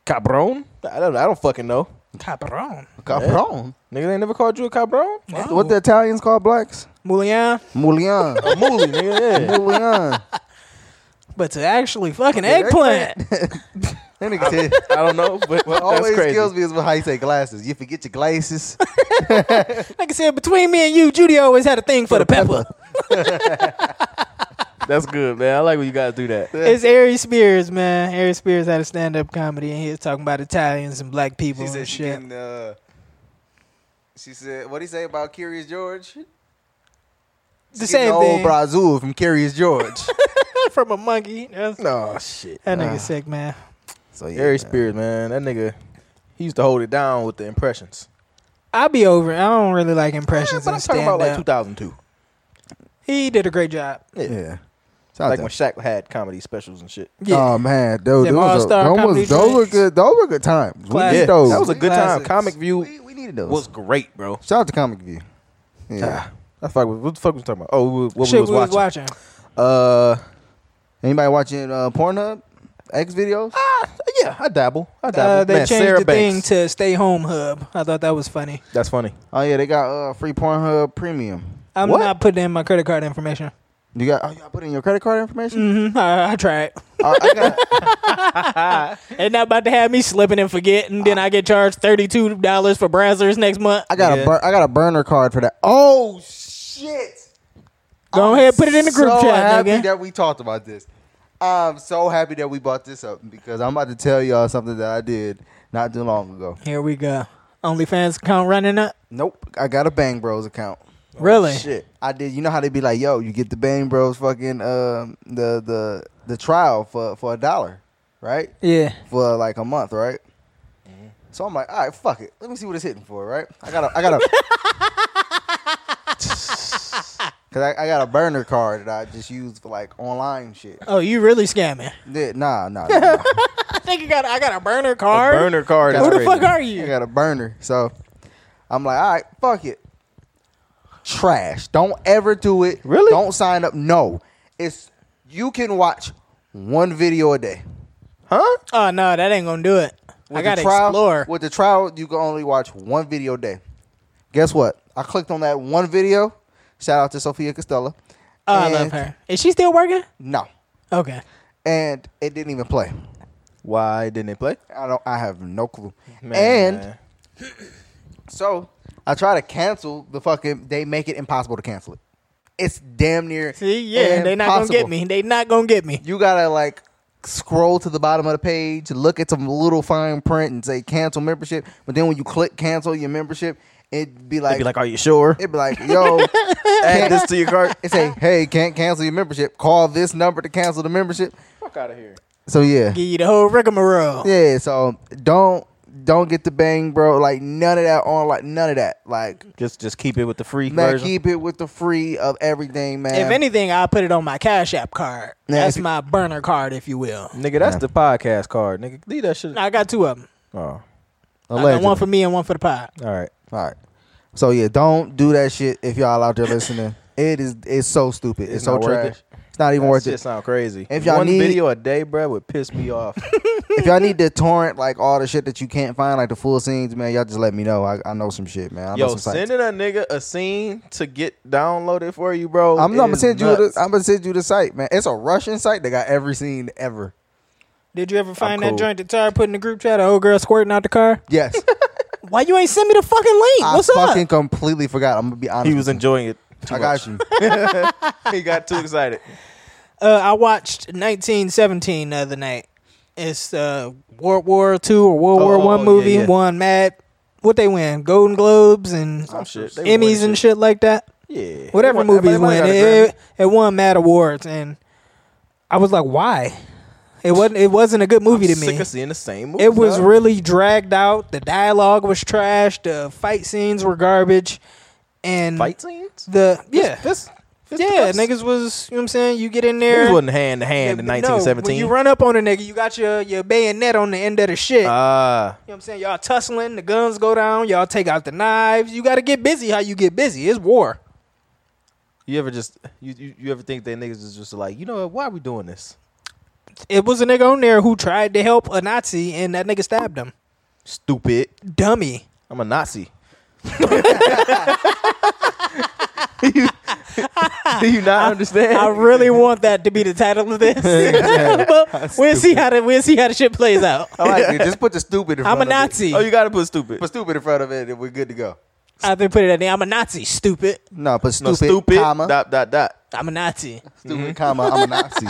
cabron. I don't. I don't fucking know. Cabron. Capron. Nigga, they never called you a cabron. What the Italians call blacks? Mulian. Mulian. A moolie, nigga. Yeah. Mulian. But to actually fucking Yeah, eggplant. That nigga said. I don't know, but What that's always crazy. kills me is how you say glasses. You forget your glasses. Like I said, between me and you, Judy always had a thing for the pepper. That's good, man. I like when you guys do that. It's Ari Spears, man. Ari Spears had a stand up comedy and he was talking about Italians and black people and Oh, shit. uh, she said, what did he say about Curious George? The same thing old Brazil from Curious George. Oh, from a monkey. That's- No shit. that nigga sick, man. so yeah, Harry man. Spears, man. That nigga, he used to hold it down with the impressions. I'll be over. it. I don't really like Yeah, impressions. but I'm and talking about like stand-up. 2002. He did a great job. Yeah. Shout out Like to when Shaq had comedy specials and shit. Yeah. Oh man, dude, Them those, was, all-star those, comedy was, those were joints. good. Those were good times. We Classic. did Yeah, those. that was a good time. Classics. Comic View we, we need did those. was great, bro. Shout out to Comic View. Yeah. Ah, I fuck. with- What the fuck was we talking about? Oh, we- what Shit, we was watching? watching. Uh, Anybody watching uh, Pornhub? X videos? Ah, yeah, I dabble. I dabble. Uh, they Man, changed Sarah the Banks. thing to Stay Home Hub. I thought that was funny. That's funny. Oh yeah, they got uh, free Pornhub Premium. I'm What? not putting in my credit card information. You got? Oh, y'all put in your credit card information? Mm-hmm. I, I tried. Oh, I got, And not about to have me slipping and forgetting. Then I get charged thirty two dollars for browsers next month. I got Yeah. a bur- I got a burner card for that. Oh shit! Go I'm ahead, put it in the group so chat, happy nigga. that we talked about this. I'm so happy that we brought this up because I'm about to tell y'all something that I did not too long ago. Here we go. OnlyFans account running up. Nope, I got a Bang Bros account. Oh, really? Shit, I did. You know how they be like, "Yo, you get the Bang Bros fucking um the the the trial for for a dollar, right? Yeah. For like a month, right?" So I'm like, all right, fuck it. Let me see what it's hitting for, right? I got a, I got a, cause I, I got a burner card that I just use for like online shit. Oh, you really scamming? Yeah, nah, nah. nah, nah. I think you got. I got a burner A card. burner card. is Who the crazy. fuck are I you? got a burner. So I'm like, all right, fuck it. Trash. Don't ever do it. Really? Don't sign up. No. It's you can watch one video a day. Huh? Oh no, that ain't gonna do it. I With gotta the trial, explore. With the trial, you can only watch one video a day. Guess what? I clicked on that one video. Shout out to Sophia Costello. Oh, I love And- her. Is she still working? No. Okay. And it didn't even play. Why didn't it play? I don't I have no clue. And Man. So I try to cancel the fucking. They make it impossible to cancel it. It's damn near. See, yeah, they not impossible. gonna get me. They not gonna get me. You gotta like scroll to the bottom of the page, look at some little fine print, and say cancel membership. But then when you click cancel your membership, it'd be like, They'd be like, "Are you sure? it'd be like, yo, Add this to your cart." it say, hey, can't cancel your membership. Call this number to cancel the membership. Fuck out of here. So yeah, Give you the whole rigmarole. yeah. So don't don't get the bang, bro. Like none of that on. Like none of that. Like Just, just keep it with the free man, version. keep it with the free of everything, man. If anything, I put it on my Cash App card. Now, That's if you- my burner card, if you will. Nigga, that's the podcast card. Nigga, leave that shit. I got two of them. Oh, I got one for me and one for the pod. all right. All right. So yeah, don't do that shit if y'all out there listening. It is it's so stupid. It's, It's so not worth trash. it. It's not even That worth shit it. sound crazy. If y'all one need- video a day, bruh, would piss me off. if y'all need to torrent like all the shit that you can't find, like the full scenes, man, y'all just let me know. I, I know some shit, man. I know Yo, some sites. sending a nigga a scene to get downloaded for you, bro. I'm, I'm it gonna is send you. nuts. The, I'm gonna send you the site, man. It's a Russian site that got every scene ever. Did you ever find cool. that joint that Tara put in the group chat? An old girl squirting out the car. Yes, Why you ain't send me the fucking link? I What's fucking up? completely forgot. I'm gonna be honest. He was with enjoying it. you. too I much. got you. he got too excited. Uh, I watched 1917 the other night. It's uh, World War Two or World Oh, War oh, One oh, movie. yeah, yeah. Won mad. What they win? Golden Globes and Some Oh, shit. They won Emmys and shit like that. Yeah. whatever Everybody- movies everybody win. got a It, it, it won Mad Awards, and I was like, why? It wasn't. It wasn't a good movie Grammy. to Sick me. of seeing the same movie. It was really dragged out. The dialogue was trash. The fight scenes were garbage, and fight scenes. the yeah This. this yeah this- niggas was. You know what I'm saying? You get in there. We wasn't hand to hand in Yeah, no, when 1917. you run up on a nigga, you got your, your bayonet on the end of the Uh, shit. Ah, you know what I'm saying? Y'all tussling, the guns go down, y'all take out the knives. You got to get busy how you get busy. It's war. you ever just you, you you ever think that niggas is just like you know what? Why are we doing this? It was a nigga on there who tried to help a Nazi and that nigga stabbed him. Stupid. Dummy. I'm a Nazi. do you not understand? I really want that to be the title of this. but we'll see how the we'll see how the shit plays out. I like it. Just put the stupid in front I'm a of it. Nazi. oh, you gotta put stupid. Put stupid in front of it, and we're good to go. I think put it at the I'm a Nazi, stupid. No, put no, stupid, stupid. comma, Mm-hmm. Dot dot dot. I'm a Nazi. stupid, comma. I'm a Nazi.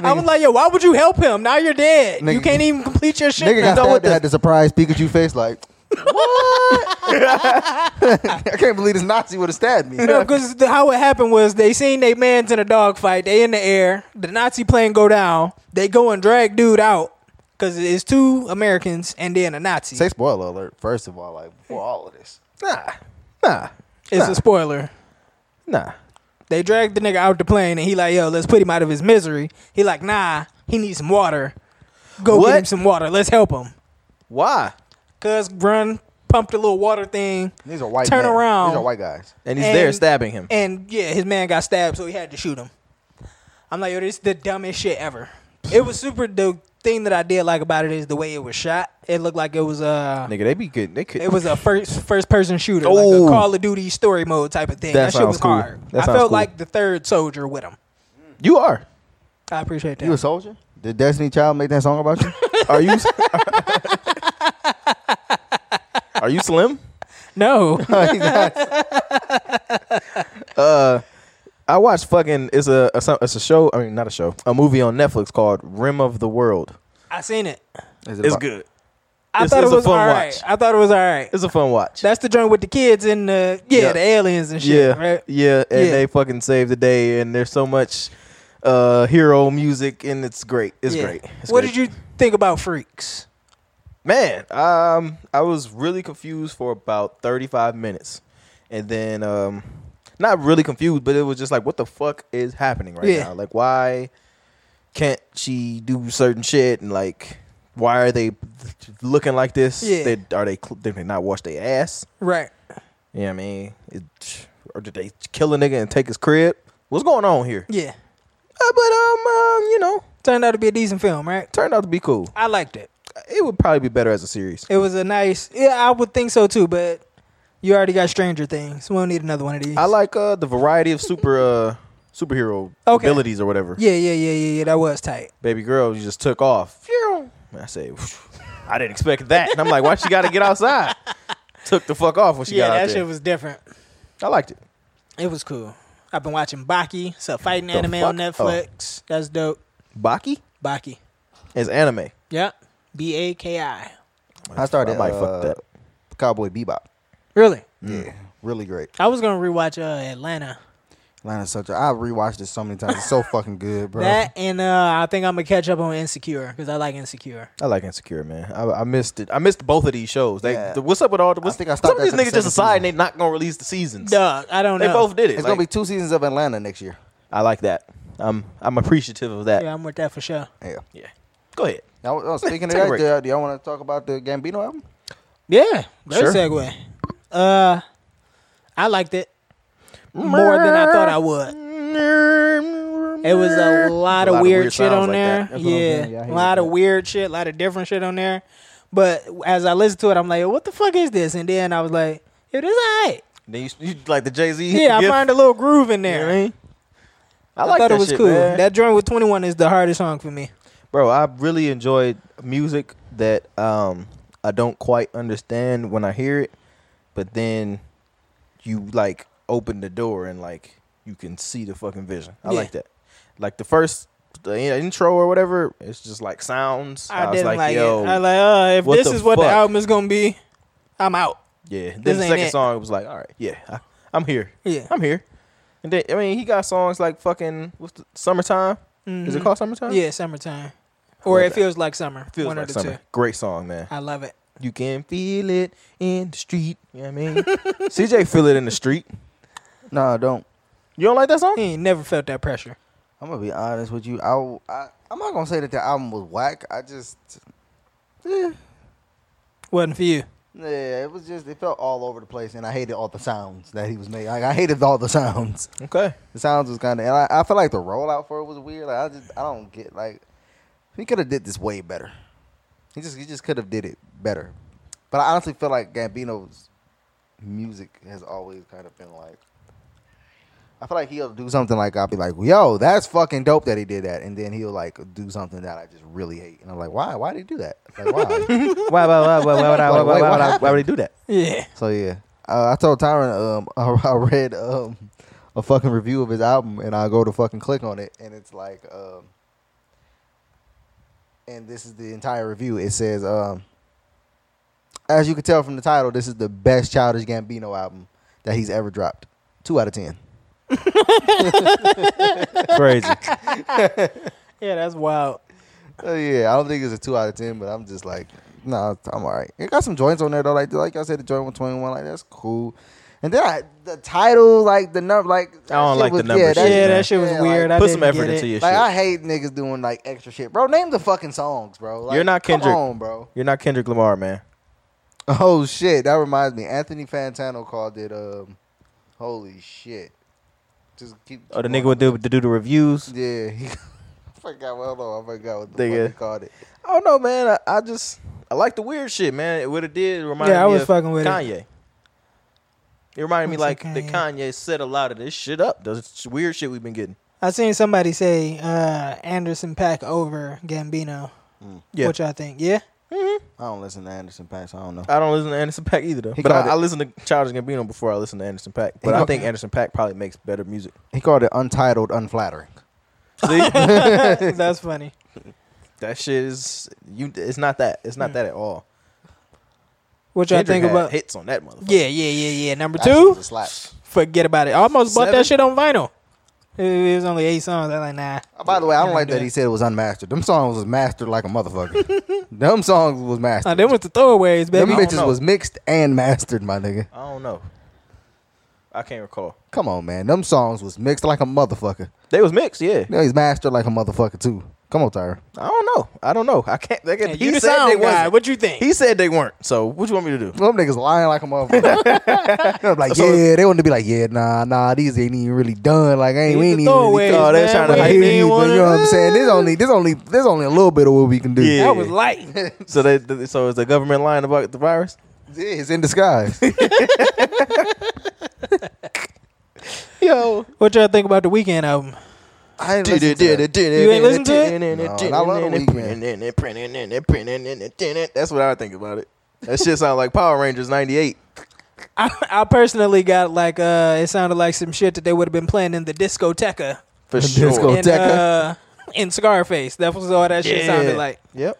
I was like, yo, why would you help him? Now you're dead. You Nigga- can't even complete your shit. Nigga got now. stabbed and had the surprise Pikachu face like, what? I can't believe this Nazi would have stabbed me. No, because how it happened was they seen they man's in a dogfight. They in the air. The Nazi plane go down. They go and drag dude out because it's two Americans and then a Nazi. Say spoiler alert, first of all, like, before all of this. Nah, nah, it's a spoiler. nah. They dragged the nigga out the plane and he like, yo, let's put him out of his misery. He like, nah, he needs some water. Go What? get him some water. Let's help him. Why? Cuz run, pumped a little water thing, These are white. Turn men. around. These are white guys. and he's there And- stabbing him. and yeah, his man got stabbed, so he had to shoot him. I'm like, yo, this is the dumbest shit ever. It was super. The thing that I did like about it is the way it was shot. It looked like it was uh Nigga, they be good. They could. It was a first first person shooter, Oh. like a Call of Duty story mode type of thing. That That, shit sounds was cool. hard. That I sounds felt cool. like the third soldier with him. you are. I appreciate that. You a soldier? Did Destiny Child make that song about you? Are you? are you slim? no, Uh, I watched fucking. It's a, a so- it's a show. I mean, not a show. A movie on Netflix called Rim of the World. I seen it. Is It's about- good. I It's- thought it's it a was all fun right. watch. I thought it was all right. It's a fun watch. That's the joint with the kids and the yeah, Yeah. the aliens and shit. yeah, right? yeah, and Yeah. they fucking save the day. And there's so much uh hero music, and it's great. It's Yeah. great. It's what great. did you think about Freaks? Man, um, I was really confused for about 35 minutes. And then, um, not really confused, but it was just like, what the fuck is happening right Yeah. now? Like, why can't she do certain shit? And, like, why are they looking like this? Yeah. They, are they, cl- did they not wash their ass? Right. You know what I mean? It, or did they kill a nigga and take his crib? What's going on here? Yeah. Uh, but, um, um, you know, Turned out to be a decent film, right? turned out to be cool. I liked it. It would probably be better as a series. It was a nice. Yeah, I would think so too. But you already got Stranger Things. We don't need another one of these. I like uh the variety of super uh superhero Okay. abilities or whatever. Yeah, yeah, yeah, yeah, yeah. That was tight. Baby girl, you just took off. Phew. And I say, "Whew, I didn't expect that. And I'm like, why she got to get outside? Took the fuck off when she yeah, got that out there. shit was different. I liked it. It was cool. I've been watching Baki. It's a fighting The anime on fuck? Netflix. That's dope. Baki Baki. is anime. Yep. B A K I. I started. I might uh, fuck that. Cowboy Bebop. Really? Mm. Yeah, really great. I was gonna rewatch uh, Atlanta. Atlanta such a. I rewatched this so many times. It's so fucking good, bro. That and uh, I think I'm gonna catch up on Insecure because I like Insecure. I like Insecure, man. I, I missed it. I missed both of these shows. They, Yeah. the- what's up with all the? What's, I think I some stopped of these after niggas the just second aside season. and they not gonna release the seasons. Duh, I don't They know. both did it. it's Like, gonna be two seasons of Atlanta next year. I like that. I'm I'm appreciative of that. Yeah, I'm with that for sure. Yeah. yeah. Go ahead. Now, uh, speaking of Take a that, break. do y'all, do y'all want to talk about the Gambino album? Yeah, great Sure. segue. Uh, I liked it more than I thought I would. It was a lot, A of weird shit sounds on like there. that. That's what I'm Yeah, saying. Yeah, I a hear lot of that. weird shit, a lot of different shit on there. But as I listened to it, I'm like, what the fuck is this? And then I was like, it is all right. Then you, you like the Jay Z. Yeah, I find a little groove in You know there. what I mean? I, I, like thought that it was shit, cool. man. That joint with 21 is the hardest song for me. bro. I really enjoyed music that um I don't quite understand when I hear it, but then you like open the door and like you can see the fucking vision. I Yeah. like that. Like the first the in- intro or whatever, it's just like sounds. I, was didn't like, like, yo, it. I was like, uh, if what this the is what the fuck? album is gonna be, I'm out. yeah. Then this the ain't second it. song it was like, all right, yeah, I, I'm here. Yeah. I'm here. And then I mean, he got songs like fucking what's the summertime? Is it Mhm. called summertime? Yeah, summertime. Or love it that. feels like summer. feels one like of the summer. two. Great song, man. I love it. You can feel it in the street. You know what I mean? CJ feel it in the street. No, I don't. You don't like that song? He ain't never felt that pressure. I'm gonna be honest with you. I, I I'm not gonna say that the album was whack. I just, eh, Wasn't for you. yeah, it was just it felt all over the place, and I hated all the sounds that he was making. Like I hated all the sounds. Okay. The sounds was kind of, and I, I feel like the rollout for it was weird. Like I just I don't get like he could have did this way better. He just he just could have did it better. But I honestly feel like Gambino's music has always kind of been like. I feel like he'll do something like I'll be like, "Yo, that's fucking dope that he did that," and then he'll like do something that I just really hate, and I'm like, "Why? Why did he do that? Like, why?" Why, why, why, why, why, would I- why, Like, why, why, wait, what would I- why happened? would he do that? Yeah. so yeah, uh, I told Tyron um, I, I read um, a fucking review of his album, and I go to fucking click on it, and it's like, um, and this is the entire review. It says, um, as you can tell from the title, this is the best Childish Gambino album that he's ever dropped. Two out of ten. Crazy. Yeah, that's wild. Uh, yeah, I don't think it's a two out of ten, but I'm just like, no, I'm all right. It got some joints on there though, like like I said, the joint with twenty one, like that's cool. And then I, the title, like the number, like that don't shit like the was- number shit, that- yeah, man. that shit was yeah, weird. Like, I Put didn't some effort get into it. your like, shit. I hate niggas doing like extra shit, bro. Name the fucking songs, bro. Like, You're not Kendrick. Come on, bro. You're not Kendrick Lamar, man. Oh shit, that reminds me. Anthony Fantano called it. Um, holy shit. Just keep. Or Oh, the nigga would do to do the reviews. Yeah, he. I forgot. Well, hold on, I forgot what the Nigga. fuck he called it. I don't know, man. I, I just I like the weird shit, man. What it did reminded Yeah, I me was of fucking with it. Kanye. It, reminded me What's like that the Kanye set a lot of this shit up. The s- weird shit we've been getting. I seen somebody say uh, Anderson Pack over Gambino. Yeah. Which I think, yeah. I don't listen to Anderson Paak, so I don't know. I don't listen to Anderson Pack either, though. He but called I, it- I listened to Childish Gambino before I listened to Anderson Pack. But I called- think Anderson Pack probably makes better music. He called it untitled, unflattering. See, That's funny. that shit is you. It's not that. It's not that at all. What y'all Kendrick Hmm. think had about? hits on that motherfucker. Yeah, yeah, yeah, yeah. Number That shit two, was a slap. forget about it. I almost bought Seven? that shit on vinyl. It, it was only eight songs. I like nah. Uh, By the way, I don't like that he said it was unmastered. Them songs was mastered like a motherfucker. Them songs was Nah, mastered. them was the throwaways, Them baby. I don't bitches know. was mixed and mastered, my nigga. I don't know. I can't recall. Come on, man. Them songs was mixed like a motherfucker. They was mixed, yeah. You know he's mastered like a motherfucker too. Come on, Tyra. I don't know. I don't know. I can't. They, Hey, he you the said they sound guy. wasn't. What you think? He said they weren't. So what you want me to do? Them niggas lying like a motherfucker. They're like, So- yeah, they want to be like, yeah, nah, nah, these ain't even really done. Like, I ain't, we These ain't the even really throwaways, thought they're man. trying to We about hype ain't these, even but wanna- you know what I'm saying? There's only, there's only, there's only a little bit of what we can do. Yeah. That was light. So they. th- So is the government lying about the virus? Yeah, it's in disguise. Yo. What y'all think about the weekend album? I ain't You listened to that. ain't listen to it? No, not on the it? That's what I think about it. That shit sound like Power Rangers '98. I, I personally got like uh, it sounded like some shit that they would have been playing in the discoteca For The sure. disco. in, uh, in Scarface. That was all that shit Yeah. sounded like. Yep.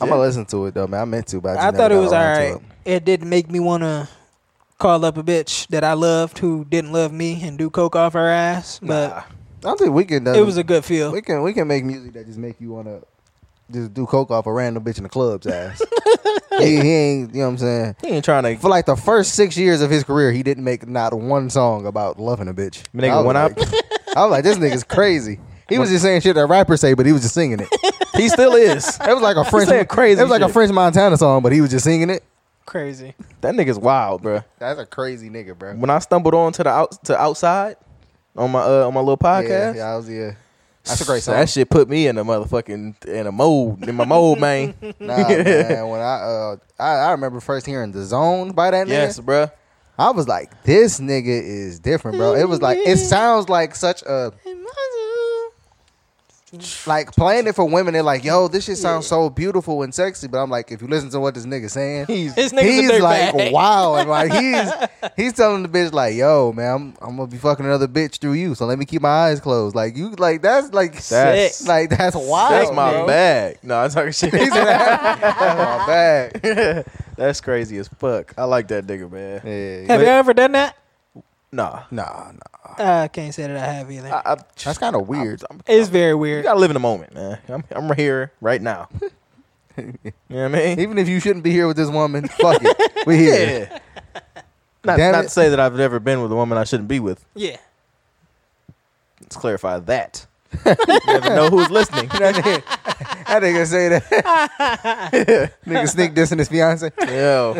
I'm gonna listen to it though, man. I meant to, but I, just I never thought it got was around to alright. It didn't make me want to call up a bitch that I loved who didn't love me and do coke off her ass. But it. I don't think we can. uh, it was a good feel. we can we can make music that just make you wanna just do coke off a random bitch in the club's ass. he, he ain't. You know what I'm saying? He ain't trying to. For like the first six years of his career, he didn't make not one song about loving a bitch. Nigga, I was when I- like, I was like, this nigga's crazy. He was just saying shit that rappers say, but he was just singing it. It He still is. was like a French, saying crazy It was like a shit. French Montana song, but he was just singing it. Crazy. That nigga's wild, bruh. That's a crazy nigga, bro. When I stumbled on to the out, to outside on my uh, on my little podcast, Yeah, yeah, I was yeah. That's a great So song. That shit put me in a motherfucking in a mold in my mold, man. Nah, man. When I, uh, I I remember first hearing the zone by that nigga. yes, bruh. I was like, this nigga is different, bro. It was like it sounds like such a like playing it for women. They're like, yo, this shit sounds so beautiful and sexy. But I'm like, if you listen to what this nigga saying, he's This nigga's a dirtbag. like wow, and like he's he's telling the bitch like, yo, man, I'm, I'm gonna be fucking another bitch through you, so let me keep my eyes closed. Like you, like that's like That's- sick. like that's wild. That's my bro. bag. No, I'm talking shit. He's like, that's my bag. That's crazy as fuck. I like that nigga, man. Yeah. Have you ever done that? Nah, Nah, nah. I can't say that I have either. Uh, I, I, That's kind of weird. I'm- it's very you weird. gotta live in the moment, man. I'm I'm here right now. you know what I mean? Even if you shouldn't be here with this woman, fuck it. We here. Yeah. Not Damn not it. to say that I've never been with a woman I shouldn't be with. Yeah. Let's clarify that. you never know who's listening. That nigga, that nigga say that. nigga sneak dissing his fiance. Yo,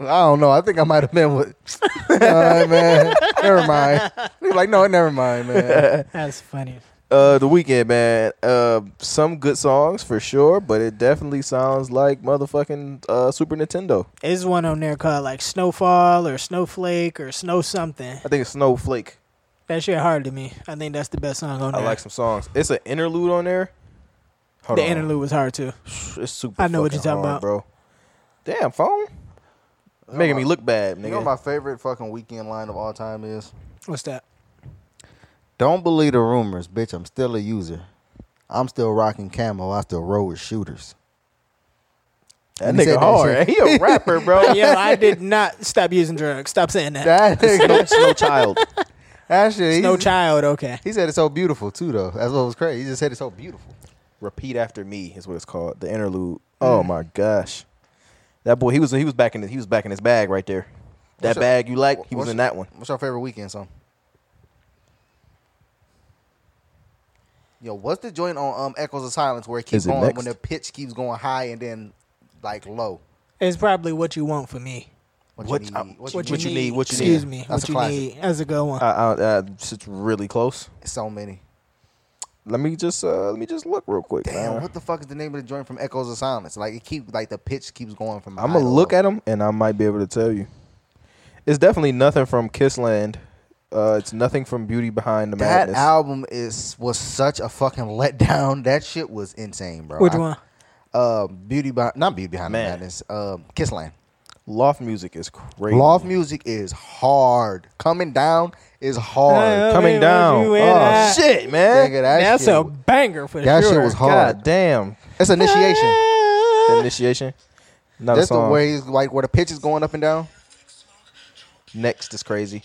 Uh, I don't know. I think I might have been with. All right, man. Never mind. He's like, no, never mind, man. That's funny. uh, the weekend, man. Uh, some good songs for sure, but it definitely sounds like motherfucking uh, Super Nintendo. There's one on there called like Snowfall or Snowflake or Snow something. I think it's Snowflake. That shit hard to me. I think that's the best song on I there. like some songs. It's an interlude on there. Hold the on. interlude was hard too. It's super. I know what you're fucking talking hard, bro. Damn phone, making me look bad, nigga. You know what my favorite fucking weekend line of all time is? What's that? Don't believe the rumors, bitch. I'm still a user. I'm still rocking camo. I still roll with shooters. that he said nigga that hard. shit. He a rapper, bro. Yo, I did not stop using drugs. Stop saying that. That Snow, nigga, Snow Child. that shit. Snow No child. child. Okay. He said it's so beautiful too, though. That's what was crazy. He just said it's so beautiful. Repeat after me is what it's called. The Hmm. interlude. Oh my gosh, that boy. He was he was back in his, he was back in his bag right there. That What's up? bag you like, he was What's- in that one. What's your favorite weekend song? Yo, what's the joint on um Echoes of Silence where it keeps Is it going next? when the pitch keeps going high and then like low? It's probably what you want for me. What, What- you need? uh, what you what need? you need, what you need. Excuse me. what That's a you classic. need. That's a good one. I, I, I, Uh, it's really close. So many. Let me just uh, let me just look real quick. Damn, what the fuck is the name of the joint from Echoes of Silence? Like it keep like the pitch keeps going from. I'm high gonna to look low. at them and I might be able to tell you. It's definitely nothing from Kissland. Uh, it's nothing from Beauty Behind the that Madness. album is was such a fucking letdown. That shit was insane, bro. Which I- one? Uh, Beauty behind not Beauty behind Man. the madness. Um, Kissland. Loft music is crazy. Loft music is hard. Coming down is Yeah. hard. coming Wait, down. where'd you win Oh at? shit, man! Nigga, that That's shit, a banger for that sure. shit was hard. God damn! That's initiation. The initiation. Not That's a the song. way he's like where the pitch is going up and down. Next is crazy.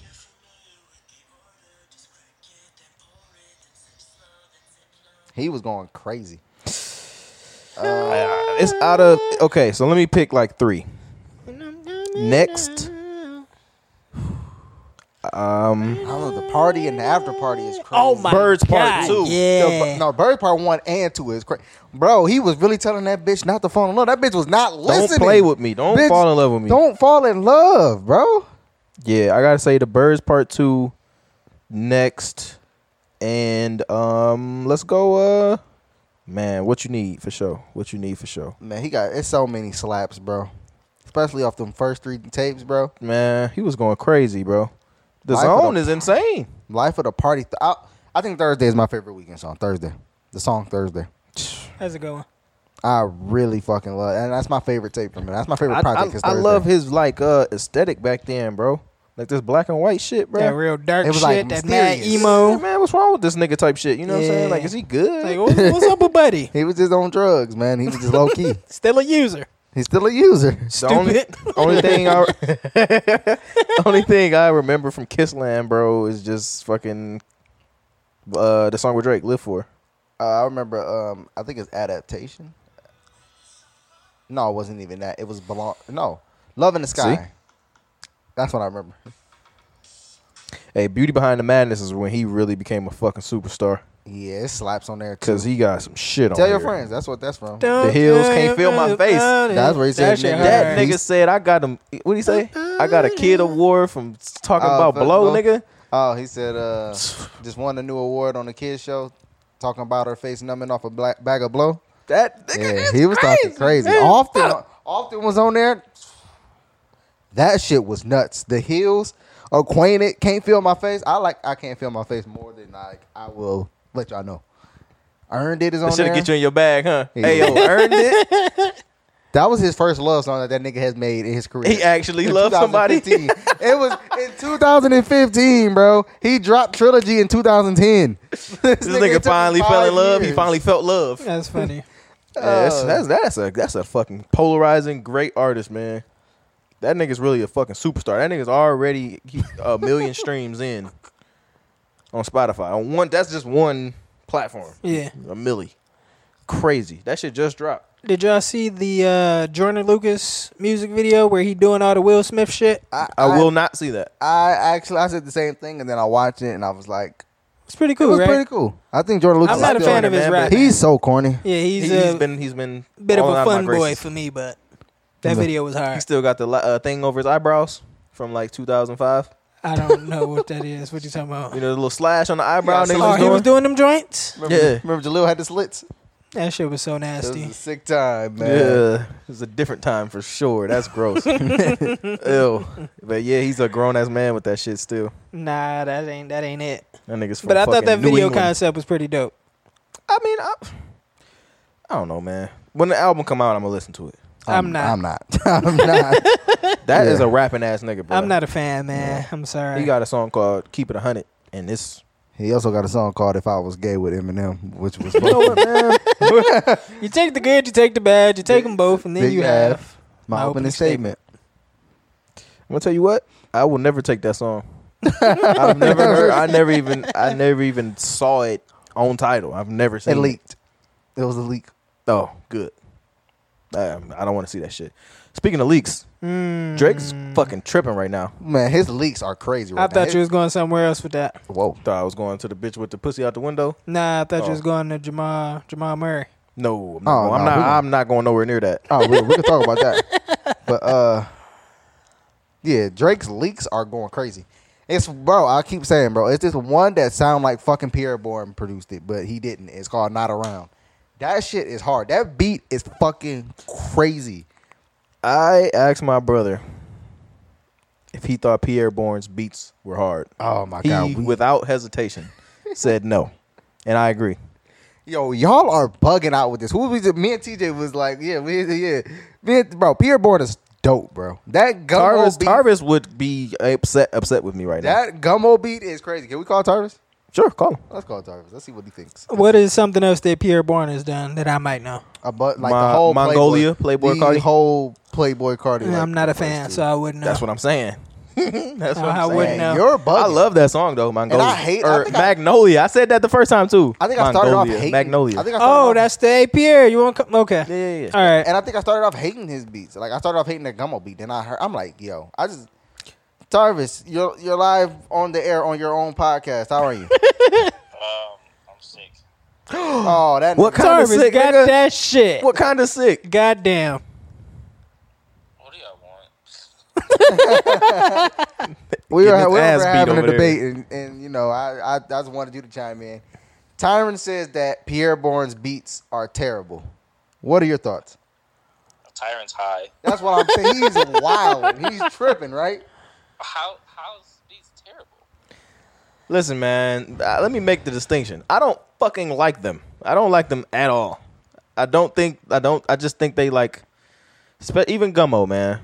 He was going crazy. Uh, it's out of okay. So let me pick like three. Next. I Um, don't know. The party and the after party is crazy. Oh my Birds Part God, Two. The- Yeah. no, Bird Part One and Two is crazy. Bro, he was really telling that bitch not to fall in love. That bitch was not don't listening. play with me. Don't Bitch, fall in love with me. Don't fall in love, bro. Yeah, I gotta say the birds part two next, and um, let's go. Uh, man, what you need for sure? What you need for sure? Man, he got it's so many slaps, bro. Especially off them first three tapes, bro. Man, he was going crazy, bro. The Life of zone the- is insane. Life of the Party. Th- I, I think Thursday is my favorite weekend song. Thursday, the song Thursday. That's a good one. I really fucking love, and that's my favorite tape from him. That's my favorite I, project. I- is I Thursday. love his like uh aesthetic back then, bro. Like this black and white shit, bro. That real dark It was, shit. like, that mad mysterious. Yeah, emo. man, what's wrong with this nigga type shit? You know what I'm saying? Yeah. Like, is he good? Like, what's, what's up with Buddy? He was just on drugs, man. He was just low key. Still a user. He's still a user. The only- Stupid. Only, thing I only thing I remember from Kissland, bro, is just fucking uh the song with Drake, Live For. Uh, I remember. Um, I think it's adaptation. No, it wasn't even that. It was belong. No, love in the sky. See? That's what I remember. Hey, Beauty Behind the Madness is when he really became a fucking superstar Yeah, it slaps on there too. because he got some shit on. Tell your here. friends. That's what that's from. Don't hills care can't feel my face. about it. That's where he said shit nigga. That hard. Alright. nigga said I got him. What did he say? I got a kid award from s- talking Oh, about fuck blow, no. nigga. Oh, he said. Uh, just won a new award on the kids show, talking about her face numbing off a black bag of blow. That nigga Yeah, is he was talking crazy. man. Often, often was on there. That shit was nuts. The heels, acquainted, can't feel my face. I like, I can't feel my face more than like I will let y'all know. Earned it is on That should there. get you in your bag, huh? Yeah. Hey, yo, earned it. that was his first love song that that nigga has made in his career. He actually In loved somebody. 2015. it was in 2015, bro. He dropped Trilogy in 2010. this This nigga took finally five fell in love. He years. finally felt love. That's funny. Yeah, that's, Oh. Uh, that's that's a that's a fucking polarizing great artist, man. That nigga's really a fucking superstar. That nigga's already he- a million streams in on Spotify. On one, that's just one platform. Yeah. a milli, crazy. That shit just dropped. Did y'all see the uh, Jordan Lucas music video where he doing all the Will Smith shit? I, I, will not see that. I actually I said the same thing, and then I watched it, and I was like, It's pretty it cool, was right? pretty cool. I think Jordan Lucas. I'm not a is fan of still- his man, rap. but He's so corny. yeah, he's, He, a has been he's been bit of all a out my fun boy graces. for me, but that video was He hard. still got the li- uh, thing over his eyebrows from like 2005. I don't know what that is. What you talking about? You know, the little slash on the eyebrow. Yeah, nigga so- oh, was he was doing. doing them joints. Remember, Yeah. remember Jaleel had the slits. That shit was so That was nasty. a sick time, man. Yeah, it was a different time for sure. That's gross. Ew. But yeah, he's a grown ass man with that shit still. Nah, that ain't that ain't it. That nigga's from But I thought fucking that New video England. concept was pretty dope. I mean, I, I don't know, man. When the album come out, I'm gonna listen to it. I'm not. I'm not. I'm not. That is Yeah. a rapping ass nigga, bro. I'm not a fan, man. I'm sorry. He got a song called "Keep It a Hundred, and it's. he also got a song called "If I Was Gay" with Eminem, which was You know fucking- what, man? you take the good, you take the bad, you take them both, and then Then you you have- have. my, My opening opening statement. I'm gonna tell you what. I will never take that song. I've never heard. I never even. I never even saw it on title. I've never seen It leaked. It was a leak. Oh, good. Um, I don't want to see that shit. Speaking of leaks, Mm. Drake's fucking tripping right now. Man, his leaks are crazy. Right I now. thought His- you was going somewhere else with that. Whoa. Thought I was going to the bitch with the pussy out the window. Nah, I thought Oh. you was going to Jamal Jamal Murray. No, I'm not. going, Oh, no, I'm, not we- I'm not going nowhere near that. Oh, we, we can talk about that. but uh, yeah, Drake's leaks are going crazy. It's bro, I keep saying, bro, it's this one that sound like fucking Pierre Bourne produced it, but he didn't. It's called Not Around. That shit is hard. That beat is fucking crazy. I asked my brother if he thought Pierre Bourne's beats were hard. Oh my he, god. we- without hesitation, said no, and I agree. Yo, y'all are bugging out with this. Who was it? Me and TJ was like, yeah, we, yeah, me and, bro. Pierre Bourne is dope, bro. That gumbo Tarvis, beat, Tarvis would be upset upset with me right now. that gumbo beat is crazy. Can we call Tarvis? Sure, call him. Let's call Tarvis. Let's see what he thinks. What is something else that Pierre Bourne has done that I might know? Uh, but like Mon- the whole Mongolia, Playboy the Cardi? whole Playboy Cardi. like, I'm not a place fan, to- so I wouldn't know. That's what I'm saying. That's what I I'm wouldn't saying. know. Man, you're bugging. I love that song though, Mongolia. I hate- I or think I- Magnolia. I, said that the first time too. I think I started off Mongolia, hating Magnolia. I think I started oh, off- that's the hey Pierre. You want to come? Okay. yeah, yeah, yeah. All right. And I think I started off hating his beats. Like I started off hating that gumbo beat. Then I heard I'm like, yo, I just Tarvis, you're you're live on the air on your own podcast. How are you? Um, I'm sick. oh, that What nigga- kind of Tarvis sick? got nigga? that shit. What kind of sick? Goddamn. What do y'all want? we Getting were, his we were ass beat having a over there. debate, and, and you know, I, I I just wanted you to chime in. Tyron says that Pierre Bourne's beats are terrible. What are your thoughts? Tyrant's high. That's what I'm saying. He's wild. He's tripping, right? How how's these terrible? Listen, man. uh, Let me make the distinction. I don't fucking like them. I don't like them at all. I don't think. I don't. I just think they like. spe- Even Gummo, man.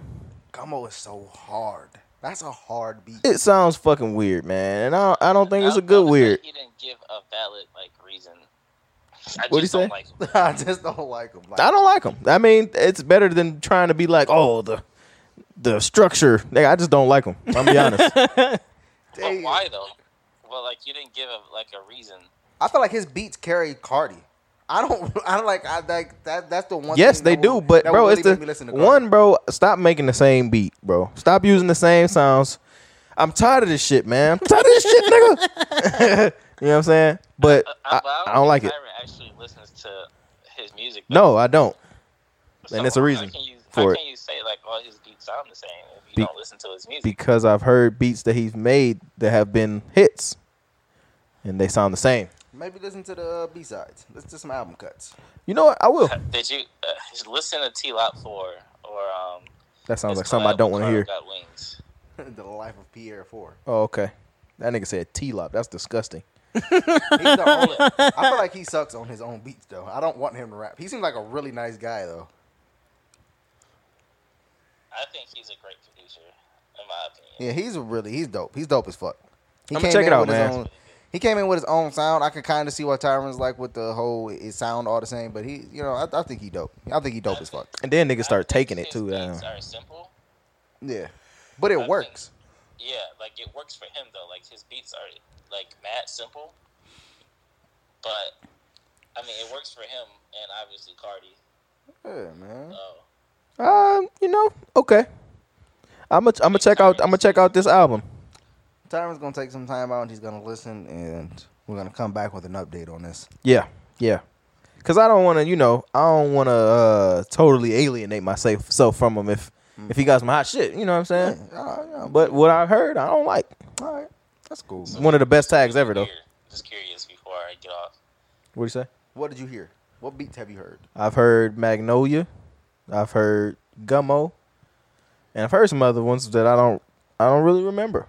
Gumbo is so hard. That's a hard beat. It sounds fucking weird, man. And I, I don't think it's I a good noticed that weird. He didn't give a valid like reason. I What'd just he say? don't like him. I just don't like him. Like, I don't like them. I mean, it's better than trying to be like, oh, the the structure. Nigga, I just don't like them. I'm gonna be honest. But why though? Well, like you didn't give a like a reason. I feel like his beats carry Cardi. I don't. I don't like. I like that. That's the one. yes, thing they that do, will- but that bro, will it's really make the me listen to Cardi. one, bro. Stop making the same beat, bro. Stop using the same sounds. I'm tired of this shit, man. I'm tired of this shit, nigga. you know what I'm saying? But I, but I I don't like think it. Tyrant actually listens to his music. No, I don't. though. and it's a reason How can you, for how it. can you say like all his beats sound the same if you Be- don't listen to his music? Because I've heard beats that he's made that have been hits, and they sound the same. Maybe listen to the uh, B sides. Listen to some album cuts. You know what? I will. Did you uh, just listen to T Lop Four or um? That his sounds like something I collab don't with want to hear. Carl Got Wings. the life of Pierre Four. Oh, okay. That nigga said T-Lop. That's disgusting. He's the only. I feel like he sucks on his own beats though. I don't want him to rap. He seems like a really nice guy though. I think he's a great producer, in my opinion. Yeah, he's really. He's dope. He's dope as fuck. He I'ma check in it out, with his man. Own, he came in with his own sound. I can kind of see what Tyron's like with the whole. It sound all the same, but he, you know, I, I think he dope. I think he dope as fuck. And then niggas I start think taking it his too. Beats uh, are simple. Yeah, but it think- works. Yeah, like it works for him though. Like his beats are like mad simple, but I mean it works for him and obviously Cardi. Yeah, man. Oh, Um, you know, okay. I'm gonna I'm gonna check out I'm gonna check out this album. Tyron's gonna take some time out and he's gonna listen, and we're gonna come back with an update on this. Yeah, yeah. Cause I don't want to, you know, I don't want to uh, totally alienate myself self from him if if he got some hot shit. You know what I'm saying? But what I heard, I don't like. all right, that's cool. One of the best tags ever, though. Here, Just curious before I get off. What do you say? What did you hear? What beats have you heard? I've heard Magnolia, I've heard Gummo, and I've heard some other ones that I don't I don't really remember.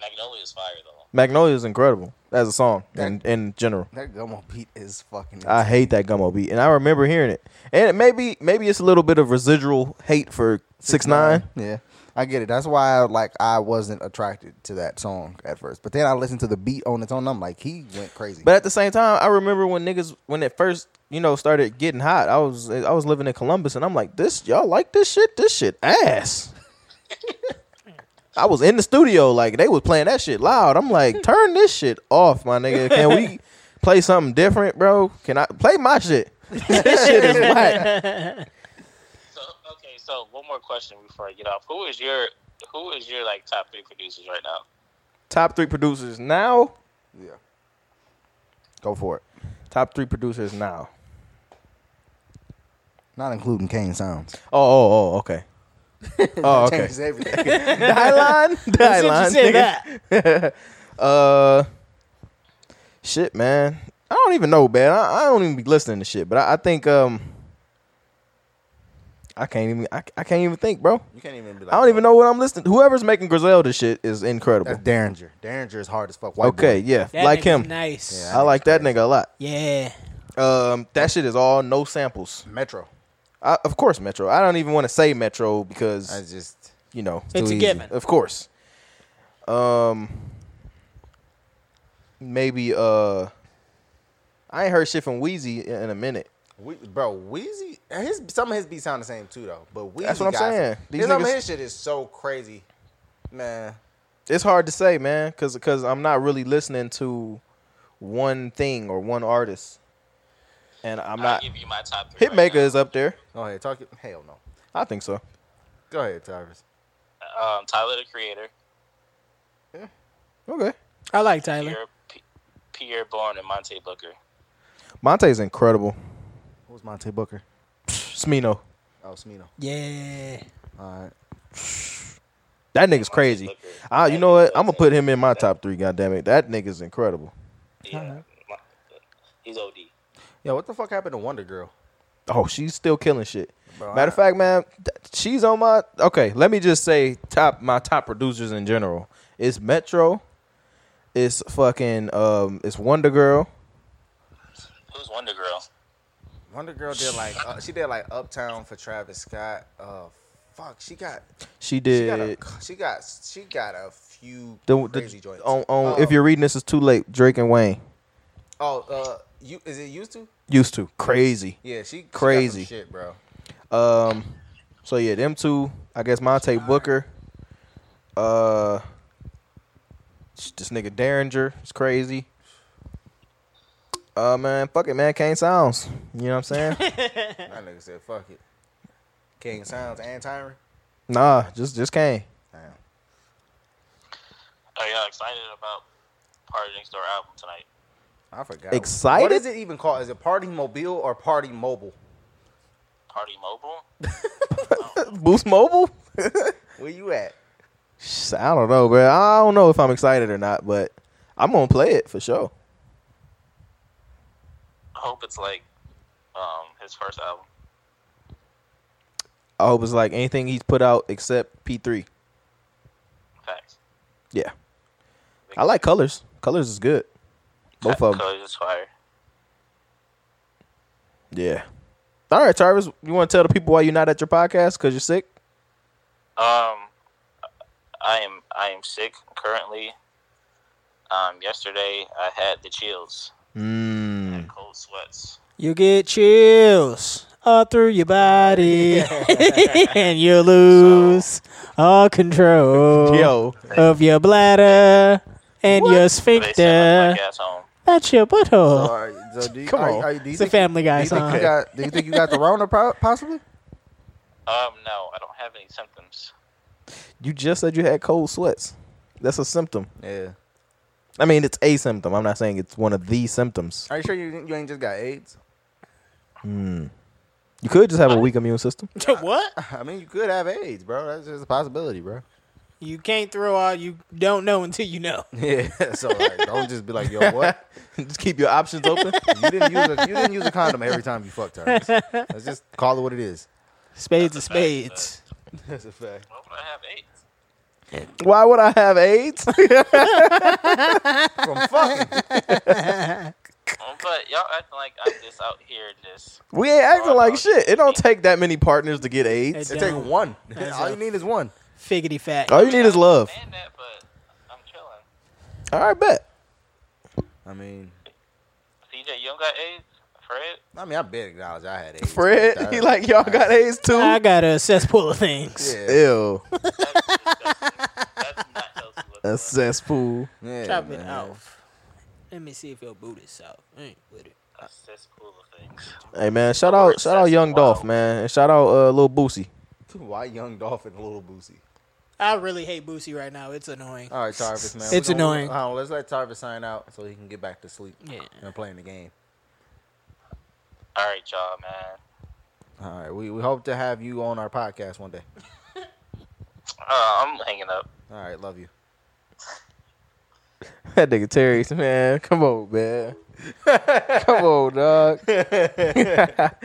Magnolia is fire though. Magnolia is incredible as a song in, That- in general. That gummo beat is fucking. I hate that Gummo beat, and I remember hearing it. And it maybe maybe it's a little bit of residual hate for six nine. Yeah, I get it. That's why, like, I wasn't attracted to that song at first. But then I listened to the beat on its own. And I'm like, he went crazy. But at the same time, I remember when niggas when it first you know started getting hot. I was I was living in Columbus, and I'm like, this y'all like this shit? This shit ass. I was in the studio, like they was playing that shit loud. I'm like, turn this shit off, my nigga. Can we play something different, bro? Can I play my shit? this shit is whack. So okay, so one more question before I get off. Who is your who is your like top three producers right now? Top three producers now. yeah, go for it. Top three producers now. Not including Kane Sounds. Oh, oh, oh, okay. Oh, okay. Changes everything. Die line, die Since you line, said nigga. that. Uh, shit, man. I don't even know, man. I, I don't even be listening to shit, but I, I think um, I can't even. I, I can't even think, bro. you can't even be like. I don't even know what I'm listening. Whoever's making Griselda shit is incredible. That's Derringer. Derringer is hard as fuck. White Okay, boy. yeah, That like nigga's him. Nice. Yeah. I like that nigga a lot. Yeah. Um, that shit is all no samples. Metro. I, of course, Metro. I don't even want to say Metro because I just. you know It's too a easy. given. Of course. Um maybe uh I ain't heard shit from Wheezy in a minute. We, bro, Wheezy, his some of his beats sound the same too though. But Wheezy, That's what I'm got saying. some- These his, some of niggas- his shit is so crazy, man. It's hard to say, man, cuz cuz I'm not really listening to one thing or one artist. And I'm I'll not give you my top three. right Hitmaker now. is up there. Go ahead, talk. it- Hell no. I think so. Go ahead, Tyrus. um, Tyler the Creator, Okay. I like Tyler. Pierre, P- Pierre Bourne, and Monte Booker. Monte's incredible. Who's Monte Booker? Smino. Oh, Smino. Yeah. All right. That nigga's crazy. Ah, you know what? I'm gonna put him in my top 3, goddamn it. That nigga's incredible. Yeah, Mon- he's OD. Yo, what the fuck happened to Wonder Girl? Oh, she's still killing shit. Bro, Matter I- of fact, man, th- she's on my okay. Let me just say top my top producers in general. It's Metro. It's fucking um. It's Wonder Girl. Who's Wonder Girl? Wonder Girl did like uh, she did like Uptown for Travis Scott. Uh, fuck, she got She she got a, did she got she got a few the, the- crazy joints. on on. Oh, If you're reading this, it's too late. Drake and Wayne oh uh, you is it used to? used to crazy. Yeah, she she got some Crazy. shit, bro. Um. So yeah, them two. I guess Monte Booker. Uh. This nigga Derringer is crazy. Uh man, fuck it, man. Kane Sounds. You know what I'm saying? That nigga said fuck it. King Sounds and Tyron. Nah, just just Kane. Damn. Are y'all Oh, excited about Party Next Door album tonight? I forgot. Excited? What is it even called? Is it Party Mobile or Party Mobile? Party Mobile? Boost Mobile? Where you at? Sh- I don't know, bro. I don't know if I'm excited or not, but I'm gonna play it for sure. I hope it's like um, his first album. I hope it's like anything he's put out except P3. Facts. Yeah, I like Colors. Colors is good. Both of them. Cause it's fire. Yeah. All right, Travis. You want to tell the people why you're not at your podcast because you're sick? Um, I am I am sick currently. Um, yesterday I had the chills, Mm. and cold sweats. You get chills all through your body, and you lose all control Yo, of your bladder and your They sent sphincter. my ass home. That's your butthole. Or, so do you, Come are- on. are you- do you it's a think- Family Guy do you think song. you got? Do you think you got the Rona pro- possibly? Um, no, I don't have any symptoms. you just said you had cold sweats. That's a symptom. Yeah. I mean, it's a symptom. I'm not saying it's one of the symptoms. Are you sure you you ain't just got AIDS? You could just have a weak immune system. what? I mean, you could have AIDS, bro. That's just a possibility, bro. You can't throw all you don't know until you know. Yeah. So like, don't just be like, yo, what? just keep your options open. You didn't use a you didn't use a condom every time you fucked her. Let's just call it what it is. Spades are That's a fact, spades. That's a fact. Why would I have AIDS? Why would I have AIDS? From fucking. Um, But y'all acting like I'm just out here just We ain't acting like shit. It don't take that many partners to get AIDS. It take one. All you need is one. Figgity fat. All you need is love. saying that, but I'm chilling. All right, bet. I mean, CJ, you don't got AIDS, Fred? I mean, I bet acknowledge I had AIDS. Fred, he like y'all got AIDS I too. got a cesspool of things. Yeah. Ew, That's disgusting. That's not healthy. a cesspool. Yeah, Chop it man. out. Let me see if your boot is soft. I ain't with it. A cesspool of things. Hey man, shout out, shout out, Young Dolph, man, and shout out, uh, Lil Boosie. Why Young Dolphin Little Boosie? I really hate Boosie right now. It's annoying. All right, Tarvis, man. It's We gonna- annoying. hold on, let's let Tarvis sign out so he can get back to sleep Yeah. and playing the game. All right, y'all, man. All right, we, we hope to have you on our podcast one day. Uh, I'm hanging up. All right, love you. That nigga Terry's man. Come on, man. Come on, dog. that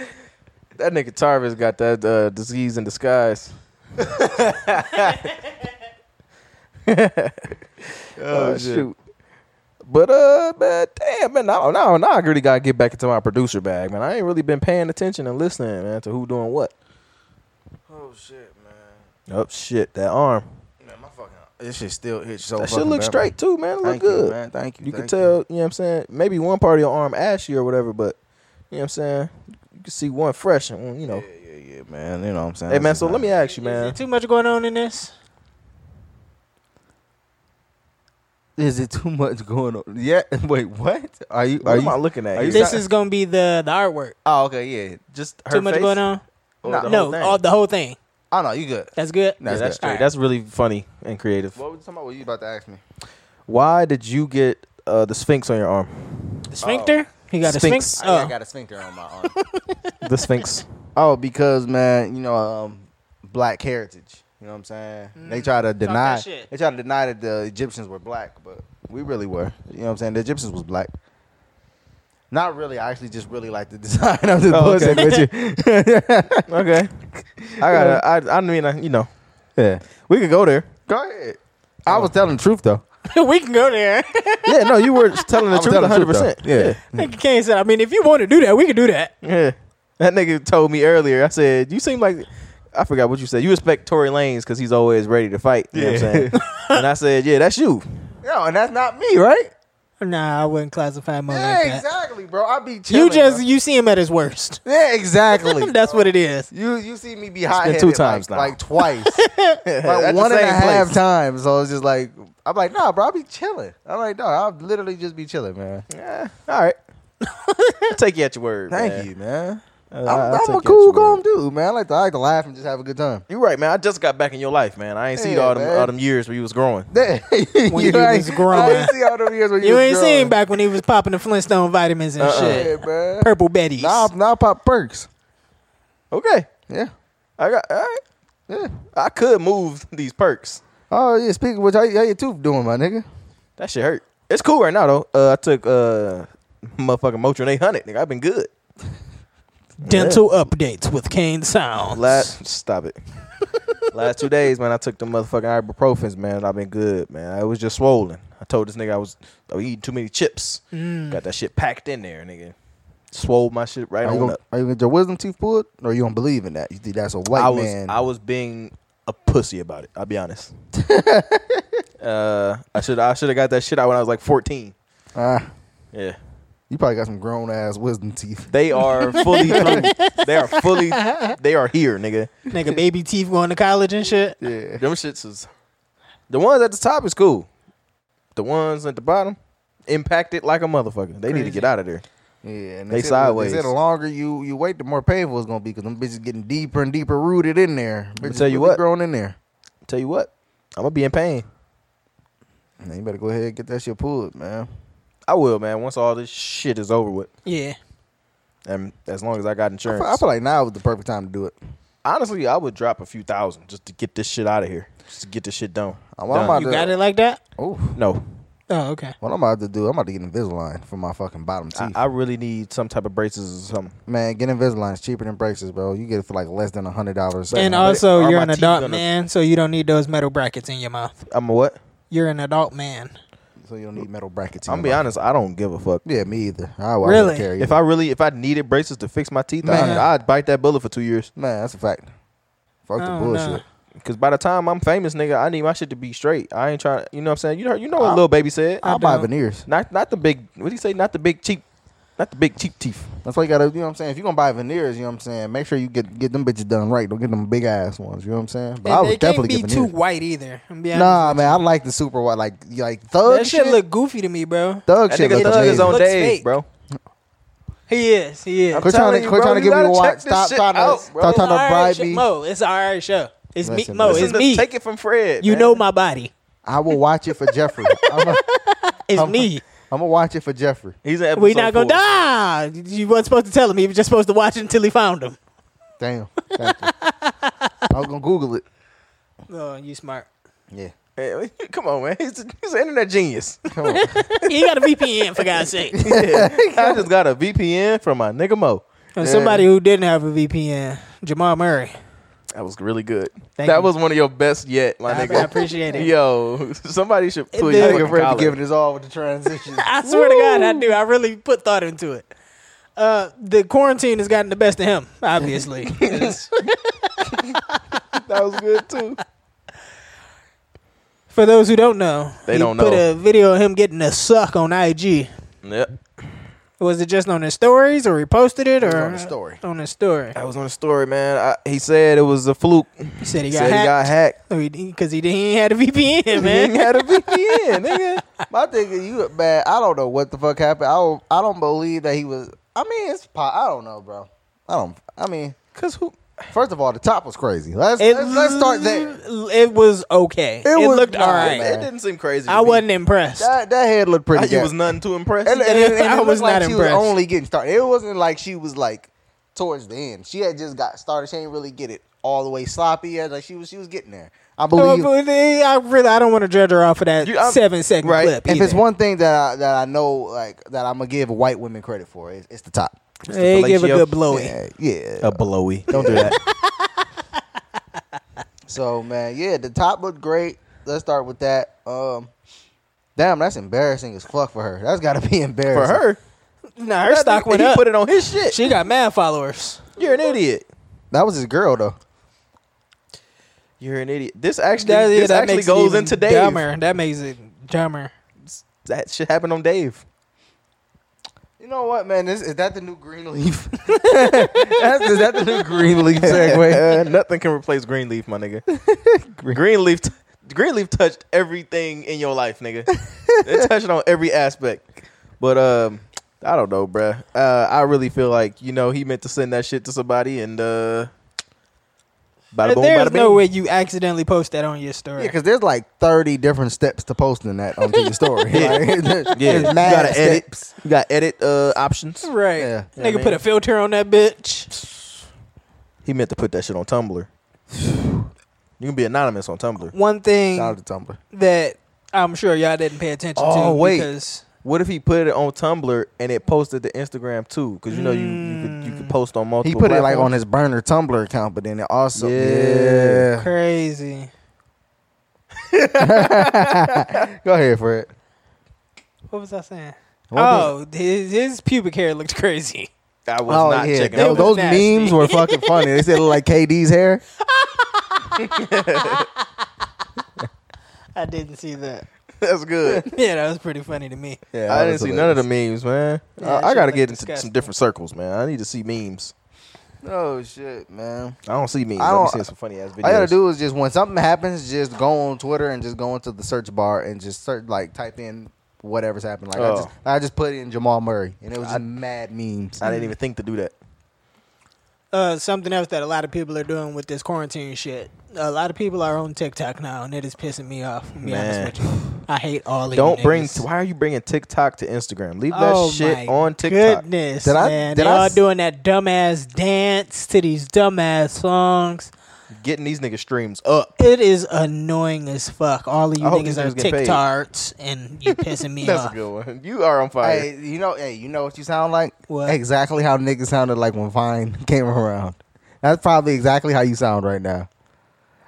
nigga Tarvis got that uh, disease in disguise. oh shoot. But uh, man, damn, man, now, now, now I really gotta get back into my producer bag, man. I ain't really been paying attention and listening, man, to who doing what. Oh shit, man. Oh shit, that arm. Man, my fucking this shit still hits so. That shit fucking look bad. straight too, man. It Look Thank good. you, man. Thank you. You can thank tell, you know what I'm saying? Maybe one part of your arm ashy or whatever, but you know what I'm saying? You can see one fresh and one, you know. Yeah, yeah, yeah, man. You know what I'm saying. Hey man, so let me ask you, Is man. it too much going on in this? Is it too much going on? Yeah. Wait, what? Are you? What am I looking at? are you here? This is gonna be the the artwork. Oh, okay, yeah. Just too much face? going on. Or Nah. the no, whole thing? all the whole thing. Oh no, you good? That's good. Nah. Yeah, that's That's good. straight. Alright. That's really funny and creative. What were you talking about? What you about to ask me? Why did you get uh, the Sphinx on your arm? The sphincter. He got Sphinx. a sphinx. I, Oh, I got a sphincter on my arm. The Sphinx. oh, because man, you know, um, black heritage. You know what I'm saying? They try to deny. Mm-hmm. shit. They try to deny that the Egyptians were black, but we really were. You know what I'm saying? The Egyptians was black. Not really. I actually just really like the design. I'm just Oh, okay. bullshitting with you. okay. I got. to I. I mean, I, you know, yeah. we could go there. Go ahead. I was telling the truth though. we can go there. Yeah. No, you were telling the I was truth. One telling the hundred truth, though. percent. Yeah. Hmm. Nigga Kane said, I mean, if you want to do that, we can do that. Yeah. That nigga told me earlier. I said, "You seem like." I forgot what you said. You respect Tory Lanez because he's always ready to fight. You know what I'm saying? and I said, yeah, that's you. No, and that's not me, right? Nah, I wouldn't classify him Yeah, like that. exactly, bro. I be chilling, You just bro. you see him at his worst. yeah, exactly. That's what it is. you you see me be hot two times now. like, like twice, the like one and a same half place. times. So it's just like I'm like, nah, bro. I be chilling. I'm like, no, I'll literally just be chilling, man. Yeah, all right. I'll take you at your word. Thank man. you, man. Uh, I'm, I'll I'm take you a at cool, your calm word. dude, man. I like to I like to laugh and just have a good time. You right, man. I just got back in your life, man. I ain't seen Yeah, all them man. all them years where you was growing. Yeah, When you ain't- was growing. I ain't see all them years when you, You was ain't growing. seen back when he was popping the Flintstone vitamins and Uh-uh. shit. Yeah, man. Purple Betty's. Now, now I pop perks. Okay, Yeah, I got all right. yeah. I could move these perks. Oh yeah. Speaking of which, how, how your tooth doing, my nigga? That shit hurt. It's cool right now though. Uh, I took uh motherfucking Motrin 800. Nigga, I've been good. Dental updates with Kane Sounds. Last stop it. Last two days, man, I took the motherfucking ibuprofens, man. I've been good, man. I was just swollen. I told this nigga I was I was eating too many chips. Mm. Got that shit packed in there, nigga. Swole my shit right Are you, on gonna, up. are you gonna get your wisdom teeth pulled, or you don't believe in that? You think that's a white I was man? I was being a pussy about it. I'll be honest. uh, I should I should have got that shit out when I was like 14. Ah, Yeah, you probably got some grown ass wisdom teeth. they are fully through. They are fully. They are here, nigga. Nigga, baby teeth going to college and shit. Yeah, Them shits is. The ones at the top is cool. The ones at the bottom impacted like a motherfucker. They need to Crazy. get out of there. yeah. And They said- sideways. They said the longer you you wait, the more painful it's gonna be because them bitches getting deeper and deeper rooted in there. me Bitches tell you really what. growing in there. Tell you what, I'm gonna be in pain. Man, you better go ahead and get that shit pulled, man. I will, man. Once all this shit is over with, Yeah. and as long as I got I insurance, feel, I feel like now is the perfect time to do it. honestly, I would drop a few thousand just to get this shit out of here, just to get this shit done. I'm Done. about You to- got it like that? Oh, No, Oh, okay. what I'm about to do? I'm about to get Invisalign for my fucking bottom I, teeth. I really need some type of braces or something. man, get Invisalign is cheaper than braces, bro. You get it for like less than a hundred dollars. And uh, but also, are you're my an teeth adult gonna- man, so you don't need those metal brackets in your mouth. I'm a what? You're an adult man. so you don't need metal brackets. in I'm gonna be your mouth. honest. I don't give a fuck. Yeah, me either. I, I wouldn't Really? care If either. I really, if I needed braces to fix my teeth, Man. I'd, I'd bite that bullet for two years. man, that's a fact. Fuck Oh, no. the bullshit. Cause by the time I'm famous, nigga, I need my shit to be straight. I ain't trying. You know what I'm saying? You know, you know what I- little baby said. I'll I buy don't. veneers. not not the big. What do you say? Not the big cheap. Not the big cheap teeth. That's why you gotta, you know what I'm saying? If you're gonna buy veneers, you know what I'm saying? Make sure you get get them bitches done right. Don't get them big ass ones, you know what I'm saying? But I And would they definitely can't get be too veneers. white either. I'm be honest nah, with man, I like the super white, like like you. thug That shit look goofy to me, bro. thug That shit nigga look thug is amazing. on Looks days, fake. bro. He is. He is. Quit trying telling to you, quit bro, trying to you give me a gotta watch. check this Stop shit trying out, to bro. stop It's trying all to right bribe show- me. Mo, it's our right show. It's me, Listen, Mo. listen It's to- me. Take it from Fred. You man. know my body. I will watch it for Jeffrey. I'm gonna It's I'm- me. watch it for Jeffrey. he's an We not gonna four. die. You weren't supposed to tell him. He was just supposed to watch it until he found him. Damn. Thank you. I was gonna Google it. Oh, you smart. Yeah. Hey, come on, man. He's, he's an internet genius. Come on. you got a VPN for God's sake. I just got a VPN from my nigga Mo. And somebody who didn't have a VPN, Jamal Murray. That was really good. Thank that you. was one of your best yet, my I, I nigga. appreciate it. Yo, somebody should put dude- you I in think a I'm ready collar. to give it his all with the transition. I swear to God, I do. I really put thought into it. Uh, the quarantine has gotten the best of him, obviously. That was good too. For those who don't know, They he don't put know. a video of him getting a suck on IG. Yep. Was it just on his stories, or he posted it, or on his story. On his story, That was on the story, man. I, he said it was a fluke. he said he got said he got hacked hacked. because he, didn't he ain't had a VPN, He ain't man. had a VPN, nigga. My thing is, you man, I don't know what the fuck happened. I don't, I don't believe that he was. I mean, it's po- I don't know, bro. I don't. I mean, Cause who? first of all, the top was crazy. Let's let's, let's start there. l- It was okay. It, was looked not all right. bad. It didn't seem crazy. to I me. wasn't impressed. That, that head looked I, pretty. it good. was nothing too impressed. And, and, and, and I it looked was like not she impressed. was only getting started. It wasn't like she was like towards the end. She had just got started. She didn't really get it all the way sloppy. yet. Like she was, she was getting there. I Oh, believe. but they- I really, I don't want to judge her off of that You- I'm- seven second right. clip. if it's either. one thing that I, that I know, like that I'm gonna give white women credit for, it's, it's the top. they give a fellatio. good blowy. Yeah, yeah. blowy. Don't do that. So man, yeah, the top looked great. Let's start with that. Um, damn, that's embarrassing as fuck for her. That's got to be For embarrassing her, Nah, her stock went he up. put it on his shit. she got mad followers. You're an idiot. That was his girl though. You're an idiot. This actually, That, yeah, this that actually makes it goes even into Dave. Dumber. That makes it dumber. That shit happened on Dave. You know what, man? This, is that the new green leaf? That's, is that the new green leaf segue? Uh, nothing can replace Greenleaf, my nigga. Greenleaf, t- Greenleaf touched everything in your life, nigga. it touched on every aspect. But um, I don't know, bruh. Uh, I really feel like you know he meant to send that shit to somebody, and uh, bada boom, There's bada no bing. way you accidentally post that on your Yeah, story. because there's like 30 different steps to posting that onto your story. Yeah. Like, there's, Yeah, there's you mad gotta edit. steps. You got edit uh, options. right. Yeah. Nigga Yeah, put man. a filter on that bitch. He meant to put that shit on Tumblr. You can be anonymous on Tumblr. One thing Shout out to Tumblr. that I'm sure y'all didn't pay attention Oh, to wait. because What if he put it on Tumblr and it posted to Instagram too? Because you know you you could, you could post on multiple. Mm. He put it like on platforms. his burner Tumblr account, but then it also Yeah. yeah. crazy. Go ahead for it. What was I saying? What was- oh, his, his pubic hair looked crazy. I was oh not yeah, checking. Tho- It out. was those nasty. memes were fucking funny. They said it looked like KD's hair. I didn't see that. That's good. Yeah, that was pretty funny to me. Yeah, I didn't see none of the memes, man. Yeah, I- that I, shit gotta looked get into disgusting. some different circles, man. I need to see memes. Oh shit, man! I don't see memes. I I don't don't- see some funny ass videos. All you gotta do is just when something happens, just go on Twitter and just go into the search bar and just search, like type in whatever's happened. Like I Oh. just I just put in Jamal Murray, and it was just mad memes. I didn't even think to do that. Uh, something else that a lot of people are doing with this quarantine shit. A lot of people are on TikTok now, and it is pissing me off. To be Man. honest with you, I hate all of Don't you bring. niggas. Why are you bringing TikTok to Instagram? Leave that oh shit my on TikTok. Goodness, Did I- man, did they I all s- doing that dumbass dance to these dumbass songs. Getting these niggas streams up. It is annoying as fuck. All of you I hope niggas these are niggas get paid. TikToks, and you pissing me That's off. a good one. You are on fire. Hey, you know, hey, you know what you sound like? What? Exactly how niggas sounded like when Vine came around. That's probably exactly how you sound right now.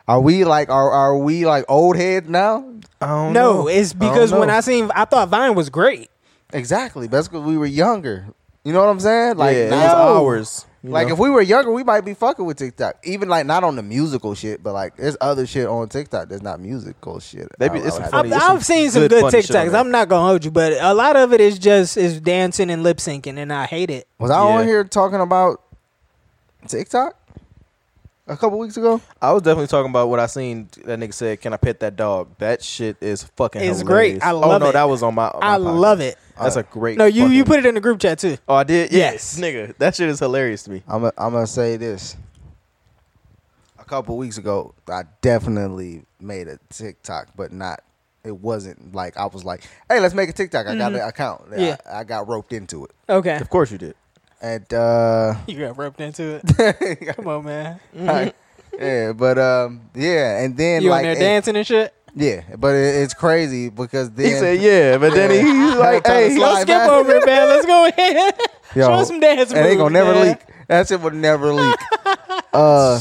Are we like are are we like old heads now? I don't No, know. it's I don't because when know. I seen, I thought Vine was great. Exactly. That's because we were younger. You know what I'm saying? Like yeah, it was now- ours. you Like know? if we were younger, we might be fucking with TikTok. Even like not on the musical shit, but like there's other shit on TikTok that's not musical shit. They be- I- it's I- some I- funny- I've, There's some I've seen some good, good funny shit on TikToks. there. I'm not gonna hold you, but a lot of it is just is dancing and lip syncing, and I hate it. was I on Yeah. here talking about TikTok a couple weeks ago? I was definitely talking about what I seen. That nigga said, "Can I pet that dog?" That shit is fucking. It's hilarious. great. I Oh love no, it. that was on my. on my I podcast. love it. That's a great. No, you you fucking- put it in the group chat too. Oh, I did. Yes, Yes. nigga, that shit is hilarious to me. I'm i I'm gonna say this. A couple weeks ago, I definitely made a TikTok, but not. It wasn't like I was like, "Hey, let's make a TikTok." I got an account. Yeah. I, I got roped into it, Okay, Of course you did. and uh, you got roped into it. Come on, man. I, yeah, but um, yeah, and then You like in there it- dancing and shit. yeah, but it, it's crazy because then He said, "Yeah," but then he, he's like, Trying to "Hey, slide Let's skip back. over it, man. Let's go ahead. Yo, Show us some dance moves. and they gonna never man. leak. That shit would never leak. uh,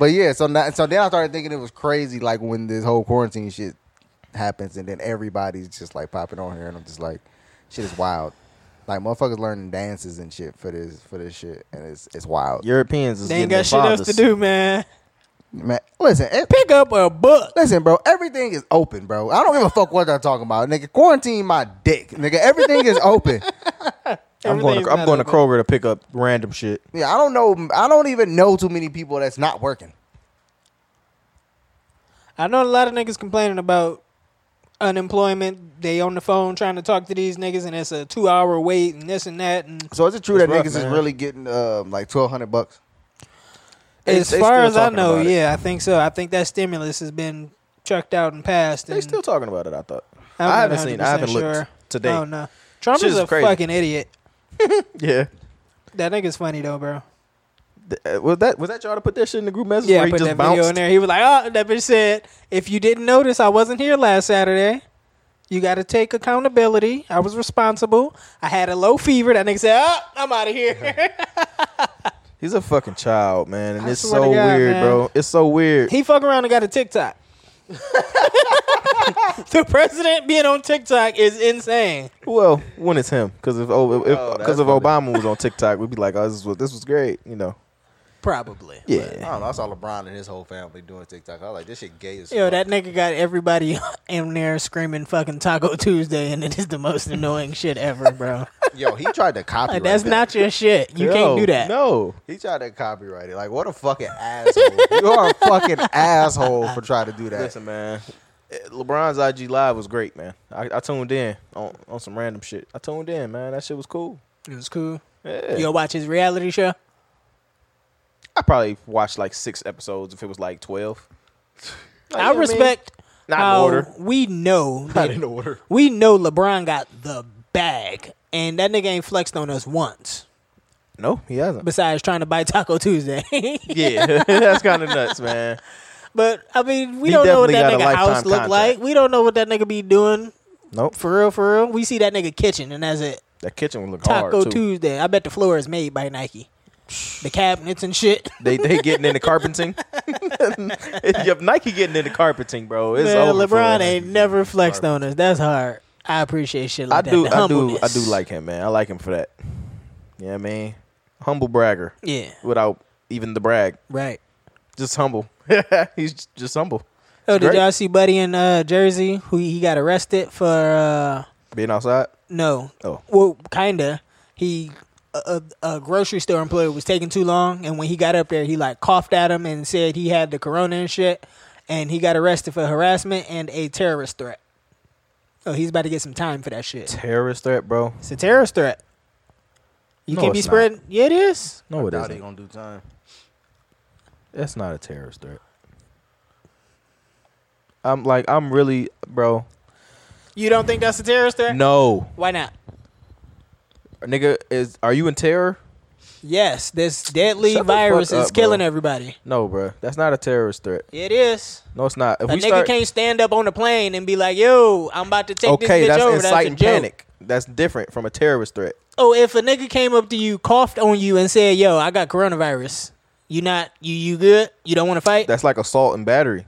but yeah, so now, so then I started thinking it was crazy, like when this whole quarantine shit happens, and then everybody's just like popping on here, and I'm just like, shit is wild. Like motherfuckers learning dances and shit for this for this shit, and it's it's wild. Europeans is They ain't getting got shit their else to fathers. do, man. Man, listen, it- Pick up a book. listen, bro. Everything is open, bro. I don't give a fuck what they're talking about, nigga. Quarantine my dick, nigga. Everything is open. I'm going. To, Everything's I'm not going to open. Kroger to pick up random shit. Yeah, I don't know. I don't even know too many people that's not working. I know a lot of niggas complaining about unemployment. They on the phone trying to talk to these niggas, and it's a two hour wait, and this and that. And So is it true That's that rough, niggas is man. really getting uh, like twelve hundred bucks? They- as they far still as I talking know, about it. yeah, I think so. I think that stimulus has been chucked out and passed. They and still talking about it. I thought. I'm I not haven't seen. I haven't 100% sure. looked today. Oh no, Trump Shit is is a crazy. fucking idiot. Yeah. That nigga's funny though, bro. Th- uh, Was that was that y'all to put that shit in the group message? Yeah, where I he put just that bounced? video in there. He was like, "Oh, that bitch said, if you didn't notice, I wasn't here last Saturday. You got to take accountability. I was responsible. I had a low fever. That nigga said, oh, I'm out of here. He's a fucking child, man, and I it's swear to so God, weird, man. bro. It's so weird. he fuck around and got a TikTok. the president being on TikTok is insane. Well, when it's him, because if oh, Oh, if that's because if funny. Obama was on TikTok, we'd be like, oh, this was this was great, you know. Probably. I Yeah, don't know. I saw LeBron and his whole family doing TikTok. I was like, this shit gay as Yo, fuck. that nigga got everybody in there screaming fucking Taco Tuesday, and it is the most annoying shit ever, bro. Yo, he tried to copyright. Like, that's that. not your shit. You can't No, do that. No, He tried to copyright it. Like, what a fucking asshole! you are a fucking asshole for trying to do that. listen, man. eh, LeBron's IG live was great, man. I, I tuned in on, on some random shit. I tuned in, man. That shit was cool. It was cool. Yeah. You'll watch his reality show. I probably watched like six episodes if it was like twelve. Like, you know I what mean? respect Not in how order. we know Not that, in order. we know LeBron got the bag, and that nigga ain't flexed on us once. No, he hasn't. Besides trying to buy Taco Tuesday, yeah, that's kind of nuts, man. but I mean, we He don't know what definitely got that a nigga house lifetime look contract. like. We don't know what that nigga be doing Nope. for real, for real. We see that nigga kitchen, and that's it. That kitchen would look Taco hard too. Tuesday. I bet the floor is made by Nike. The cabinets and shit. They they getting into carpeting. yep, Nike getting into carpeting, bro. It's Man, over for LeBron them. ain't never flexed on us. That's hard. I appreciate shit I like do, that. The I do, I do humbleness. like him, man. I like him for that. Yeah, I mean, humble bragger Yeah, without even the brag, right. just humble. He's just humble, Oh, did Great. y'all see Buddy in uh, Jersey who he got arrested for? Uh, being outside. no, Oh, well, kinda. He a, a a grocery store employee was taking too long, and when he got up there, he like coughed at him and said he had the corona and shit, and he got arrested for harassment and a terrorist threat. So he's about to get some time for that shit. terrorist threat, bro. It's a terrorist threat. You No, can't be it's not. spreading. Yeah, it is. No, it Doubt he isn't. gonna do time. That's not a terrorist threat. I'm like, I'm really, bro. You don't think that's a terrorist threat? No, Why not? nigga, is are you in terror? Yes, this deadly Shut the fuck virus is up, bro. killing everybody. No, bro. That's not a terrorist threat. It is. No, it's not. If A we nigga start, can't stand up on the plane and be like, "Yo, I'm about to take okay, this bitch that's over." inciting that's a joke. panic. That's different from a terrorist threat. Oh, if a nigga came up to you, coughed on you, and said, "Yo, I got coronavirus," you not you you good? You don't want to fight? That's like assault and battery.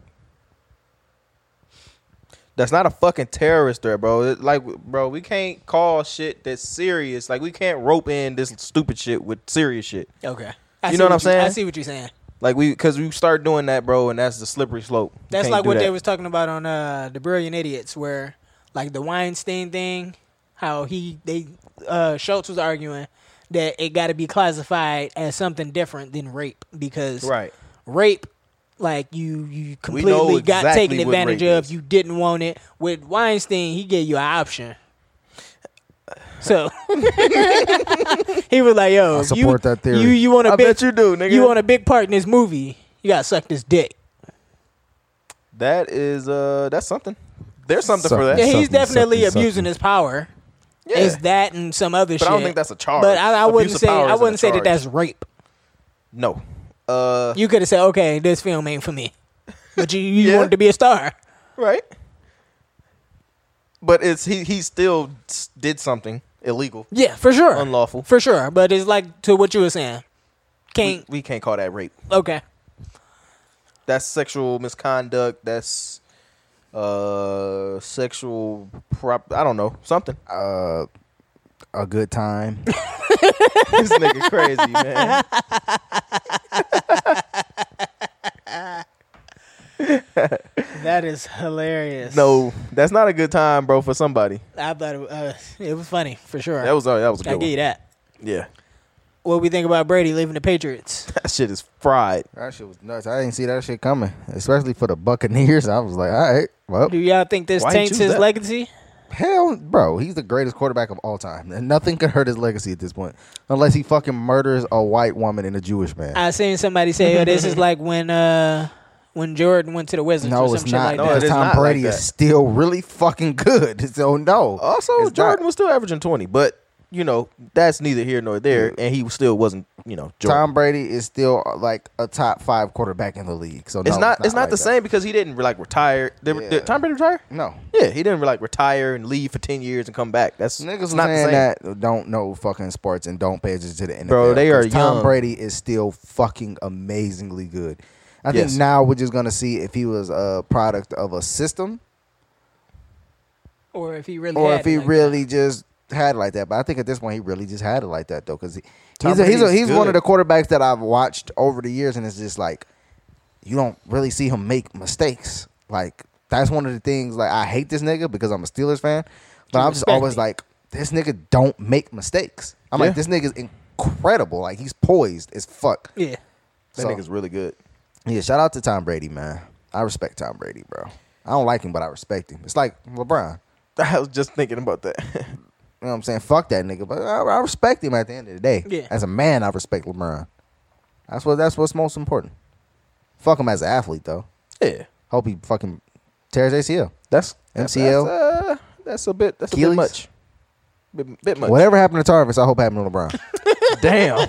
That's not a fucking terrorist threat, bro. It- Like, bro, we can't call shit that's serious. Like, we can't rope in this stupid shit with serious shit. okay. I You see know what I'm saying? I see what you're saying. Like, we because we start doing that, bro, and that's the slippery slope. You That's can't like do what that. they was talking about on uh the Brilliant Idiots, where like the Weinstein thing, how he they uh Schultz was arguing that it got to be classified as something different than rape because right. rape like you you completely know got exactly taken what advantage rape of is. you didn't want it with weinstein he gave you an option so he was like yo I if support you, that theory. you you want a I big bet you do, nigga. you want a big part in this movie you gotta suck this dick that is uh, that's something. There's something, for Something. that. yeah, suck he's me, suck definitely me, suck abusing his power Yeah. it's that and some other But shit I don't think that's a charge. but i, I Abuse wouldn't of say power i isn't a wouldn't say that charge. that's rape No, Uh, You could have said, okay, this film ain't for me. But you, you Yeah. wanted to be a star. right. But it's he he still s- did something illegal, Yeah, for sure. unlawful. For sure. But it's like to what you were saying. Can't. We can't call that rape. Okay. That's sexual misconduct. That's uh sexual prop. I don't know something. Uh, a good time. this nigga crazy man. That is hilarious. No, that's not a good time, bro, for somebody. I thought it, uh, it was funny, for sure. That was uh, that was a I good. give you One. that. Yeah, What we think about Brady leaving the Patriots? that shit is fried. that shit was nuts. I didn't see that shit coming, especially for the Buccaneers. I was like, all right, well, Do y'all think this Why he taints choose his that? legacy? hell, bro, he's the greatest quarterback of all time, and nothing could hurt his legacy at this point, unless he fucking murders a white woman and a Jewish man. I seen somebody say, "Oh, this is like when uh when Jordan went to the Wizards or no, some it's shit not. like No, that." because it is Tom not like Brady that. Oh, is still really fucking good. So no. Also, It's Jordan not. was still averaging twenty, but you know that's neither here nor there, and he still wasn't. You know, Jordan. Tom Brady is still uh, like a top five quarterback in the league. So no, it's not. It's not, like the that. same because he didn't like retire. Did, Yeah. did Tom Brady retire? No, Yeah, he didn't like retire and leave for ten years and come back. That's Niggas it's was not the saying same. that don't know fucking sports and don't pay attention to the NFL. Bro, they are 'cause Tom young. Brady is still fucking amazingly good. I Yes. think now we're just gonna see if he was a product of a system Or if he really, or had if he it like really just had it like that. But I think at this point he really just had it like that though, because he, Tom he's a, he's a, Brady's he's one of good. the quarterbacks that I've watched over the years, and it's just like you don't really see him make mistakes. Like that's one of the things. Like I hate this nigga because I'm a Steelers fan, but You I'm just respect always it. like this nigga don't make mistakes. I'm Yeah. like this nigga's incredible. Like he's poised as fuck. that. Yeah, That So, nigga's really good. yeah, shout out to Tom Brady, man. I respect Tom Brady, bro. I don't like him, but I respect him. It's like LeBron. I was just thinking about that. You know what I'm saying? Fuck that nigga. But I, I respect him at the end of the day. Yeah. As a man, I respect LeBron. That's what that's what's most important. Fuck him as an athlete though. yeah, Hope he fucking tears ACL. that's that's- MCL? That's, uh, that's a bit. That's Achilles? a bit much. Bit, bit much. Whatever happened to Tarvis, I hope happened to LeBron. Damn.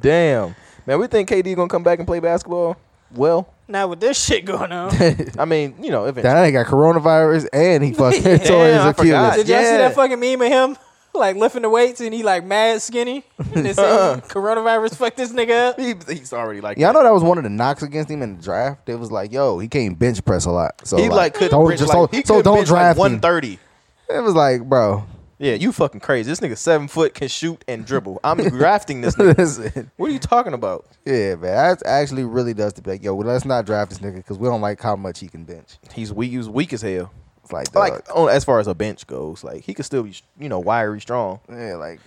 Damn. Man, we think KD gonna come back and play basketball. Well, now with this shit going on, I mean, you know, eventually. that nigga got coronavirus and he fucking Damn, tore his I forgot. Achilles. Did y'all see Yeah. that fucking meme of him like lifting the weights and he like mad skinny? And they say Uh-huh. coronavirus fucked this nigga up. He, he's already like Yeah, I know that was one of the knocks against him in the draft. It was like, yo, he can't bench press a lot. So He like couldn't don't bench, just like, so, he so couldn't don't bench, draft like him. 130. It was like, bro, Yeah, you fucking crazy. This nigga seven foot can shoot and dribble. I'm grafting this nigga. Listen. What are you talking about? yeah, man, that actually really does debate. Yo, well, let's not draft this nigga because we don't like how much he can bench. He's weak. He was weak as hell. It's like, dog. Like on, as far as a bench goes, like he could still be you know wiry strong. uh, Yeah, like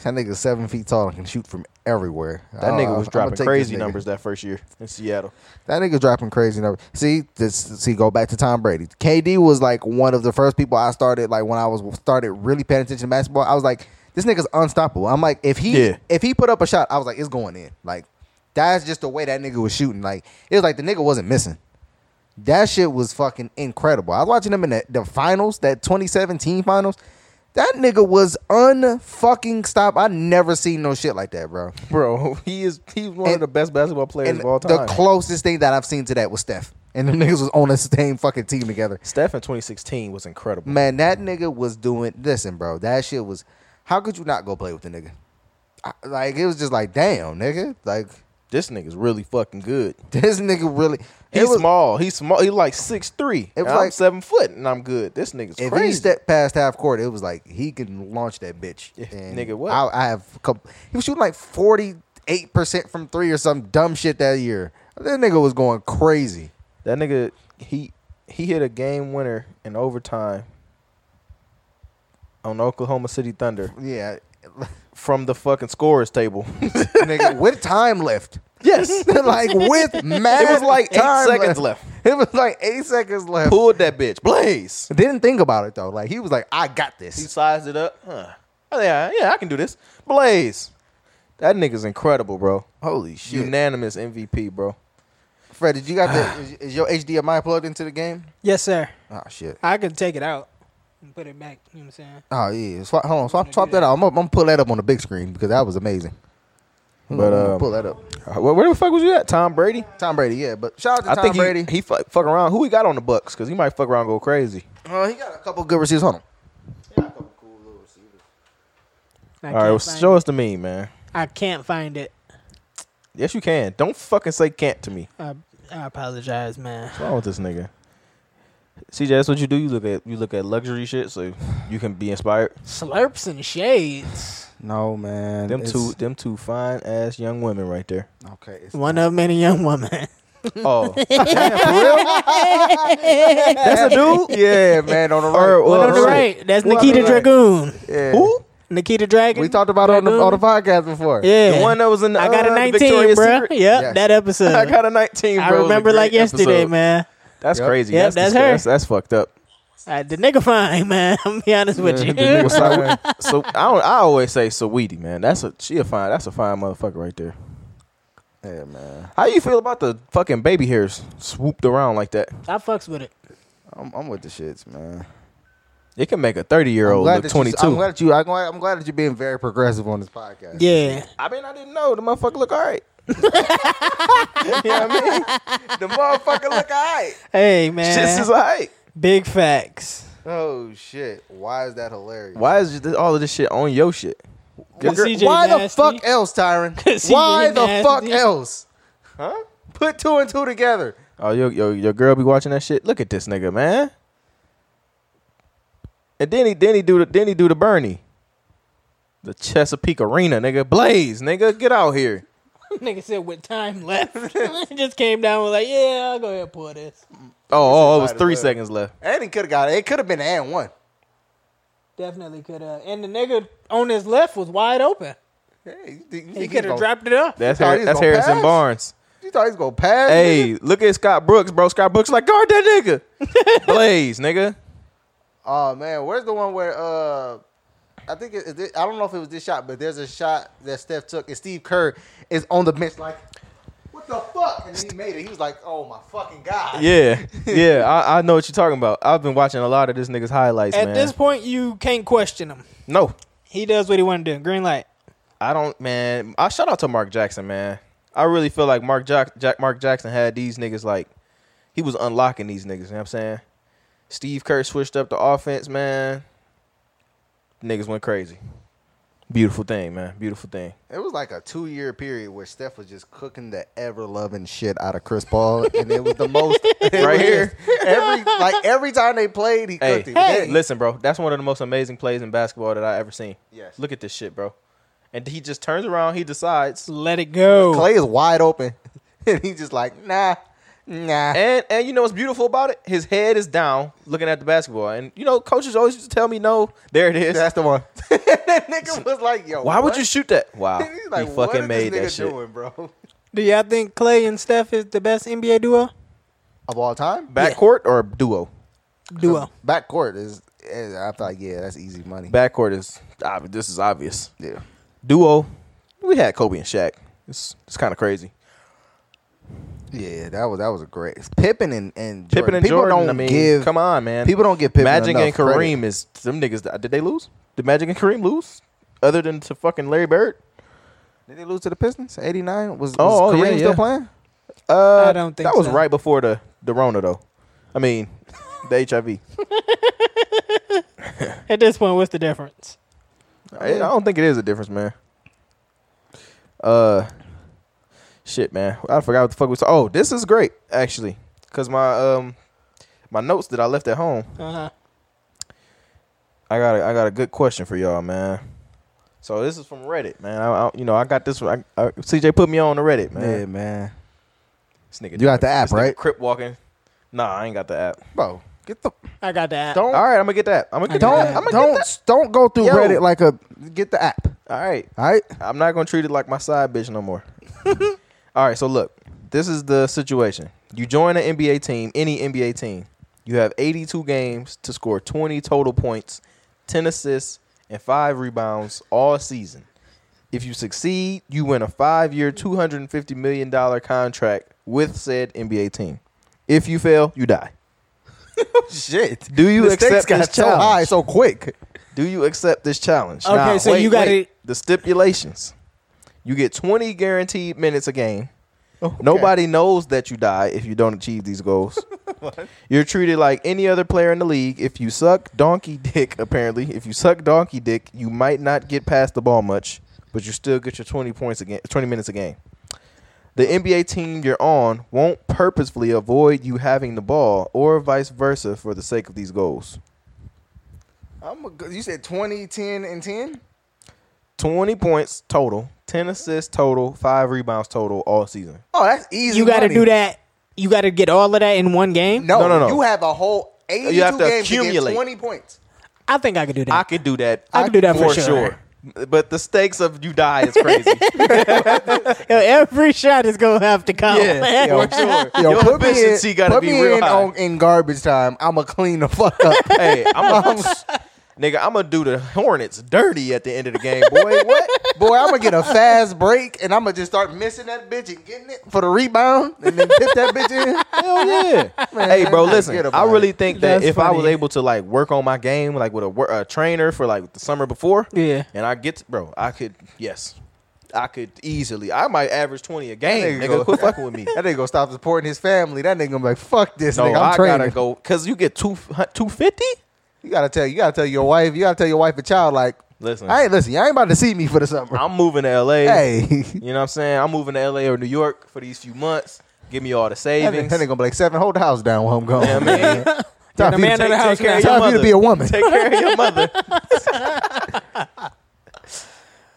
that nigga seven feet tall and can shoot from everywhere. That I- nigga I- was I'ma dropping Oh, take this crazy nigga. numbers that first year in Seattle. That nigga's dropping crazy numbers. See, this see go back to Tom Brady. KD was like one of the first people I started like when I was started really paying attention to basketball. I was like, this nigga's unstoppable. I'm like, if he Yeah. if he put up a shot, I was like, it's going in. Like that's just the way that nigga was shooting. Like it was like the nigga wasn't missing. That shit was fucking incredible. I was watching him in the, the finals, that 2017 finals. That nigga was unfucking stop. I never seen no shit like that, bro. Bro, he is he's one of And- the best basketball players And of all time. the closest thing that I've seen to that was Steph. And them niggas was on the same fucking team together. Steph in 2016 was incredible. Man, that nigga was doing. Listen, bro, that shit was. How could you not go play with the nigga? I, like it was just like, damn, nigga. Like This nigga's really fucking good. this nigga really. it He's was- small. He's small. He's like six three. It was I'm like- seven foot, and I'm good. This nigga's If he crazy. stepped past half court, it was like he can launch that bitch. Yeah, And nigga, what? I, I have. a couple- he was shooting like forty eight percent from three or some dumb shit that year. That nigga was going crazy. that nigga, he he hit a game winner in overtime on the Oklahoma City Thunder Yeah, from the fucking scorers table. nigga, with time left. yes, like with mad. it was like eight time seconds left. It was like eight seconds left. Pulled that bitch, Blaze. Didn't think about it though. Like he was like, I got He this. sized it up. Huh. Oh, yeah, yeah, I can do this, Blaze. That nigga's incredible, bro. Holy shit, Unanimous MVP, bro. Fred! Did you got the? Is, is your HDMI plugged into the game? Yes, sir. Oh shit. I can take it out and put it back. You know what I'm saying? Oh yeah. Swap, hold on. do Swap, swap that that. out. I'm, gonna- I'm gonna pull that up on the big screen because that was amazing. But um, Hmm, pull that up. Uh, Where, where the fuck was you at? Tom Brady. Tom Brady, yeah. But shout out to I Tom think he, Brady. he fuck, fuck around. Who he got on the Bucks? Because he might fuck around and go crazy. Uh, he got a couple good receivers. Hold on. I All right, can't well, find show it. us the meme, man. I can't find it. Yes, you can. Don't fucking say can't to me. I, I apologize, man. What's wrong with this nigga? CJ, that's what you do. You look at you look at luxury shit, so you can be inspired. Slurps and shades. No man. Them it's- two, them two fine ass young women right there. Okay. It's, One of them and a young woman. Oh, damn, for real? That's a dude. yeah, man. On the right. Or- One Oh, on the shit. right. That's Who on Nikita the right? Dragoon. Yeah. Who? Nikita Dragon. We talked about it on the on the podcast before. Yeah. The one that was in. The, I got a uh, 19, Victoria's bro. Yep, Secret? Yes. that episode. I I, got a nineteen. Bro. It was a remember like great yesterday, episode. man. That's Yep. crazy. Yep, that's that's that's, her. that's that's fucked up. Uh, the nigga fine, man. I'm be honest with you. Well, Sawe- so I don't, I always say Saweetie, man. That's a she a fine. That's a fine motherfucker right there. Yeah, man. How you feel about the fucking baby hairs swooped around like that? I fucks with it. I'm, I'm with the shits, man. It can make a thirty year I'm old glad look that twenty You, I'm glad two. that you. I'm glad, I'm glad that you're being very progressive on this podcast. Yeah. I mean, I didn't know the motherfucker look all right. you know what I mean? The motherfucker look all right. Hey Shit's man. is all right. Big facts. Oh shit! Why is that hilarious? Why is this, all of this shit on your shit? Your girl- CJ why nasty. the fuck else, Tyron? CJ Why the fuck nasty. else? Huh? Put two and two together. Oh, your, your your girl be watching that shit. Look at this nigga, man. And then he then he do the then he do the Bernie, the Chesapeake Arena, nigga. Blaze, nigga, get out here. Nigga said with time left. Just came down was like, yeah, I'll go ahead and pull this. Oh, oh, it was Might three as well. seconds left. And he could have got it. It could have been and one. Definitely could have. And the nigga on his left was wide open. Hey, you- you think He he's could have gonna- dropped it up. That's You thought Har- he was that's gonna Harrison pass? Barnes. You thought he was gonna pass? nigga? Hey, look at Scott Brooks, bro. Scott Brooks like guard that nigga. Blaze, nigga. Oh man, where's the one where uh I think it, it, I don't know if it was this shot, but there's a shot that Steph took and Steve Kerr is on the bench like, what the fuck? And then he made it. He was like, oh my fucking god. Yeah, yeah. I, I know what you're talking about. I've been watching a lot of this nigga's highlights, At man. this point you can't question him. no, He does what he wanna do. Green light. I don't, man. I shout out to Mark Jackson, man. I really feel like Mark Jack, Jack Mark Jackson had these niggas like he was unlocking these niggas. You know what I'm saying? Steve Kerr switched up the offense, man. Niggas went crazy. Beautiful thing, man. Beautiful thing. It was like a two year period where Steph was just cooking the ever loving shit out of Chris Paul, and it was the most Right here. Every like every time they played, he Hey, cooked it. Then he- listen, bro. That's one of the most amazing plays in basketball that I ever seen. Yes. Look at this shit, bro. And he just turns around. He decides. Let it go. Clay is wide open, and he's just like, nah, nah. And and you know what's beautiful about it? His head is down, looking at the basketball. And you know, coaches always used to tell me, "No, there it is." That's the one. that nigga was like, yo, Why would what? you shoot that? Wow, He's like, he what fucking is made that this nigga shit. doing, bro? Do y'all think Clay and Steph is the best NBA duo? Of all time, Backcourt or duo? Duo. backcourt is. is- I thought, yeah, that's easy money. Backcourt is ob- this is obvious. yeah, Duo, we had Kobe and Shaq. It's it's kind of crazy. yeah, that was that was a great Pippen and and Jordan. Pippen and people Jordan. don't I mean, give come on, man. people don't give Pippen Magic enough and Kareem credit. is them niggas. Did they lose? Did Magic and Kareem lose? Other than to fucking Larry Bird? Did they lose to the Pistons? Eighty nine was, was Oh, oh, Kareem yeah, still yeah. playing? Uh, I don't think that was so. right before the the Rona though. I mean, the HIV. At this point, what's the difference? I, I don't think it is a difference, man. Uh, shit, man. I forgot what the fuck was. Oh, this is great actually, cause my um my notes that I left at home. Uh-huh. I got a, I got a good question for y'all, man. So this is from Reddit, man. I, I you know I got this one. I, I, CJ put me on the Reddit, man. Yeah, man, This nigga, You got the app, this nigga right? Crip walking. Nah, I ain't got the app. bro, get the I got that. don't All right, I'm gonna get that. I'm gonna get Oh. don't that. I'm gonna don't Get don't go through Yo. Reddit like a get the app. that. All right, All right, I'm not gonna treat it like my side bitch no more. All right, so look, this is the situation. You join an NBA team, any NBA team. You have 82 games to score 20 total points, 10 assists, and five rebounds all season. If you succeed, you win a five-year, 250 million dollar contract with said NBA team. If you fail, you die. shit. Do you the stakes accept got this so high challenge? so quick? Do you accept this challenge? Okay, so you gotta- the stipulations. You get 20 guaranteed minutes a game. Nobody knows that you die if you don't achieve these goals. You're treated like any other player in the league. If you suck donkey dick, apparently, if you suck donkey dick, you might not get past the ball much, but you still get your 20 points again, 20 minutes a game. The NBA team you're on won't purposefully avoid you having the ball or vice versa for the sake of these goals. I'm a, good- you said 20, 10, and 10? 20 points total, 10 assists total, 5 rebounds total all season. Oh, that's easy. You got to money. do that. You got to get all of that in one game. No, No, no, no. You have a whole 82 You have to games accumulate. get 20 points. I think I could do that. I could do that. I could do that for sure. But the stakes of you die is crazy. Yo, every shot is gonna have to count. Yeah, man. for sure. Yo, Your put me efficiency in, gotta put be me real in, high. on, in garbage time. I'ma clean the fuck up. hey, I'm a, nigga. I'm gonna do the Hornets dirty at the end of the game, boy. What? Boy, I'ma get a fast break and I'ma just start missing that bitch and getting it for the rebound and then dip that bitch in. Hell yeah. hey, bro, listen. forget I about really it. think that That's if I was funny. able to like work on my game, like with a, wor- a trainer for like the summer before, Yeah. and I get, to, bro, I could, yes, I could easily. I might average twenty a game, There you nigga. go. Quit fucking with me. That nigga gonna stop supporting his family. That nigga gonna be like, fuck this No, nigga. I'm I training. gotta go because you get two two fifty. You gotta tell you gotta tell your wife, you gotta tell your wife and child like Listen. I ain't listen, you ain't about to see me for the summer. I'm moving to LA. hey. You know what I'm saying? I'm moving to LA or New York for these few months. Give me all the That nigga savings. that nigga gonna be like seven, hold the house down while I'm gone. Yeah, man. You're Time for the you to man of take- the take house care now. of your Time for you to mother. be a woman. Take care of your mother.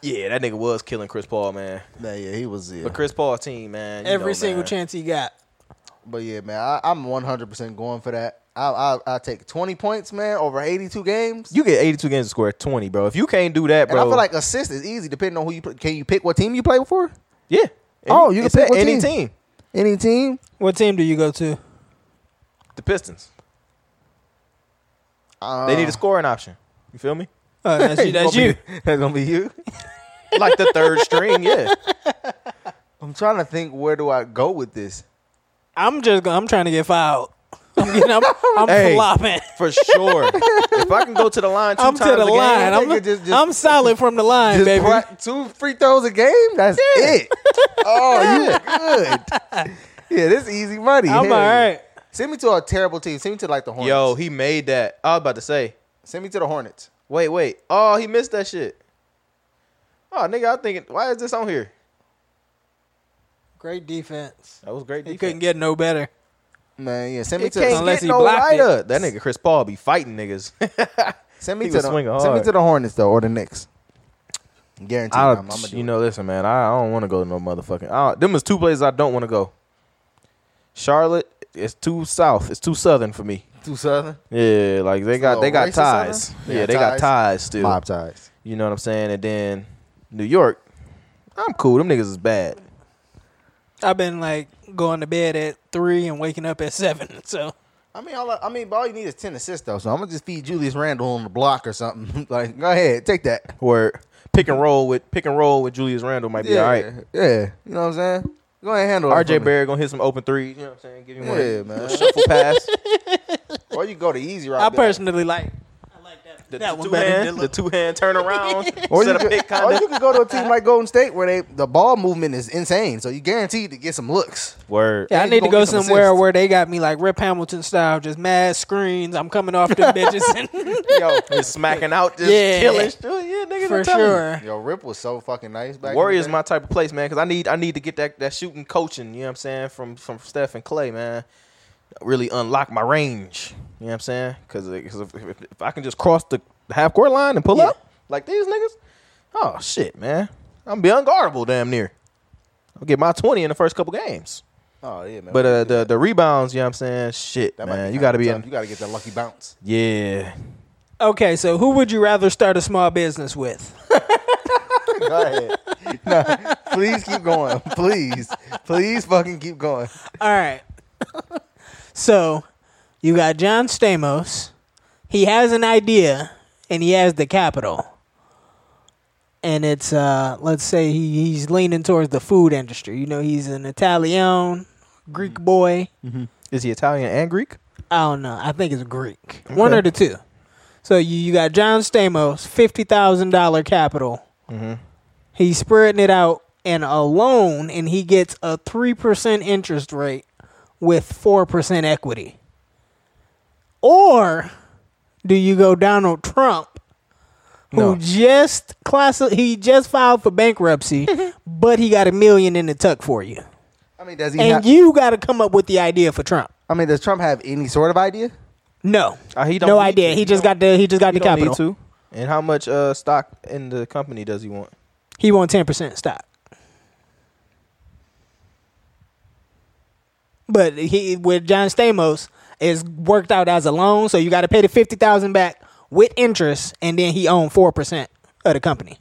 yeah, that nigga was killing Chris Paul, man. Nah, yeah, he was yeah. But Chris Paul team, man. you Every know, single man. chance he got. But yeah, man, I, I'm 100% going for that. I, I I take 20 points, man, over 82 games. You get 82 games to score at 20, bro. If you can't do that, and bro. I feel like assist is easy depending on who you put. Can you pick what team you play for? yeah. Oh, you can it's pick at what any team. Any team? What team do you go to? The Pistons. Uh, They need a scoring option. You feel me? Oh, that's you. That's you. That's gonna be you. Like the third string, yeah. I'm trying to think where do I go with this? I'm just. Gonna, I'm trying to get filed. I'm, getting, I'm, I'm Hey. flopping. For sure. if I can go to the line 2 I'm to times the a game, line. I'm, nigga, just- just- I'm solid from the line, Just baby. bri- two free throws a game. That's it. Oh, you good? Yeah, this is easy money. I'm Hell all yeah. right. Send me to a terrible team. Send me to like the Hornets. Yo, he made that. I was about to say. send me to the Hornets. Wait, wait. Oh, he missed that shit. Oh, nigga, I'm thinking, why is this on here? Great defense. That was great He defense. couldn't get no better. Man, yeah, send me it to can't Unless get he no blocked it. lighter. That nigga Chris Paul be fighting niggas. Send me He to was the swinging send me hard. to the Hornets though, or the Knicks. Guaranteed, I, I'm, I'm gonna do you it. know, listen, man. I, I don't want to go to no motherfucking. I, them is two places I don't want to go. Charlotte, it's too south. It's too southern for me. Too southern, Yeah, like they got little they got racist ties. southern? Yeah, Yeah, they got ties. ties still. mob ties. You know what I'm saying? And then New York, I'm cool. Them niggas is bad. I've been like going to bed at three and waking up at seven. So I mean, all I, I mean, but all you need is ten assists though. So I'm gonna just feed Julius Randle on the block or something. like, go ahead, take that. Where pick and roll with pick and roll with Julius Randle might be all right. yeah. You know what I'm saying? Go ahead, and handle it for RJ me. Barrett gonna hit some open threes. You know what I'm saying? Give him one Yeah, little man. shuffle pass. Or you go to easy route. I Bill. personally like. I like that. The, that the one two better. hand, the two hand turnaround. Or you, set a could, pick kinda. or you could go to a team like Golden State where they the ball movement is insane, so you guaranteed to get some looks. Word. Yeah, I And need you to gonna go get some somewhere assists. where they got me like Rip Hamilton style, just mad screens. I'm coming off them bitches. Yo, just smacking out, just Yeah. killing. Dude, yeah, nigga, for I'm telling you. sure. Yo, Rip was so fucking nice back. in the Warriors day. my type of place, man, because I need I need to get that, that shooting coaching, you know what I'm saying, from from Steph and Clay, man. Really unlock my range. You know what I'm saying? Because if, if, if I can just cross the half court line and pull Yeah. up like these niggas, oh shit, man, I'm be unguardable damn near. I'll get my 20 in the first couple games. Oh yeah, man. But uh, the the rebounds, you know what I'm saying? Shit, That might man, be you got to be tough. you in. got to get that lucky bounce. Yeah, Okay, so who would you rather start a small business with? Go ahead. No, please keep going. Please. Please fucking keep going. All right. so you got John Stamos. He has an idea and he has the capital. And it's uh let's say he, he's leaning towards the food industry. You know, he's an Italian, Greek boy. is he Italian and Greek? I don't know. I think it's Greek. One or the two. So you, you got John Stamos, fifty thousand dollar capital. He's spreading it out and a loan, and he gets a three percent interest rate with four percent equity? Or do you go Donald Trump? Who No. just class? He just filed for bankruptcy, but he got a million in the tuck for you, I mean, does he? and Have, you got to come up with the idea for Trump. I mean, does Trump have any sort of idea? No, Uh, he don't no need idea. to. He He just don't- got the he just got You the don't capital. Need to. And how much uh, stock in the company does he want? He won ten percent stock. But he with John Stamos is worked out as a loan, so you got to pay the fifty thousand back with interest, and then he owned four percent of the company.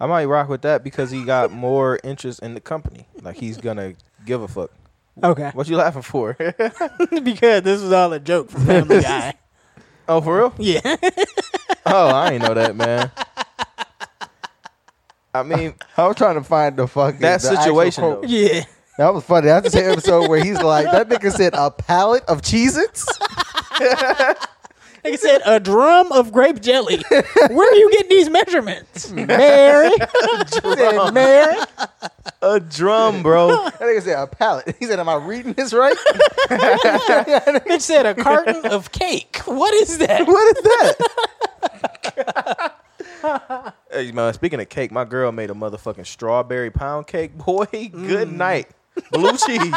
I might rock with that because he got more interest in the company. Like he's gonna give a fuck. Okay, What you laughing for? because this was all a joke from Family Guy. oh, for real? Yeah, Oh, I ain't know that, man. I mean, I was trying to find the fucking That the actual situation, quote. though. yeah. That was funny. That's the episode where he's like, "That nigga said a pallet of Cheez-Its? Like I said, a drum of grape jelly. Where do you get these measurements, Mary? said, man, a drum, bro. that nigga said a pallet. He said, "Am I reading this right? Bitch said a carton of cake. What is that? what is that?" Hey, man, speaking of cake, my girl made a motherfucking strawberry pound cake. Boy, good night. Mm. Blue cheese.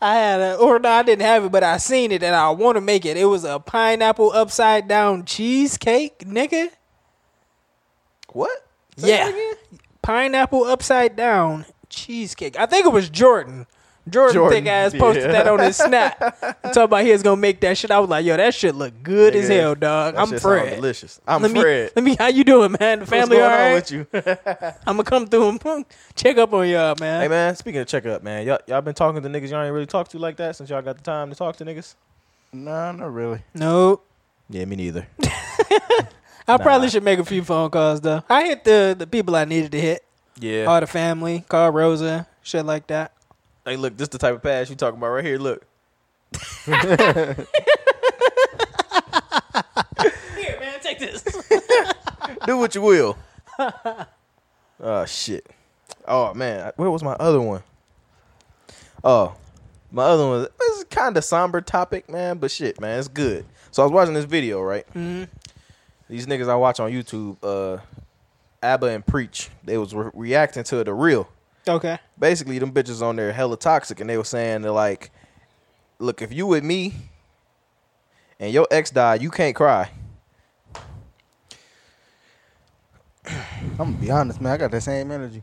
I had a, or no, I didn't have it, but I seen it and I want to make it. It was a pineapple upside down cheesecake, nigga. What? yeah, pineapple upside down cheesecake. I think it was Jordan. Jordan, Jordan, thick ass posted yeah. that on his snap. Talking about he was gonna make that shit. I was like, yo, that shit look good as Nigga, hell, dog. that I'm shit sound Fred. Delicious. I'm let me, Fred. let me. How you doing, man? The What's family going all on right? with you? I'm gonna come through and check up on y'all, man. Hey man, speaking of checkup, man, y'all, y'all been talking to niggas y'all ain't really talked to like that since y'all got the time to talk to niggas. No, not really. Nope. Yeah, me neither. I Nah. probably should make a few phone calls though. I hit the the people I needed to hit. Yeah. All the family, call Rosa, shit like that. hey, look, this the type of pass you talking about right here. Look, Here, man, take this. do what you will. oh shit. Oh man, where was my other one? Oh, my other one. This is kind of somber topic, man, but shit, man, it's good. So I was watching this video, right? Mm-hmm. These niggas I watch on YouTube, uh, Abba and Preach, they was re- reacting to the real. okay. basically them bitches on there hella toxic and they were saying they're like look if you with me and your ex died you can't cry I'm gonna be honest, man. I got the same energy.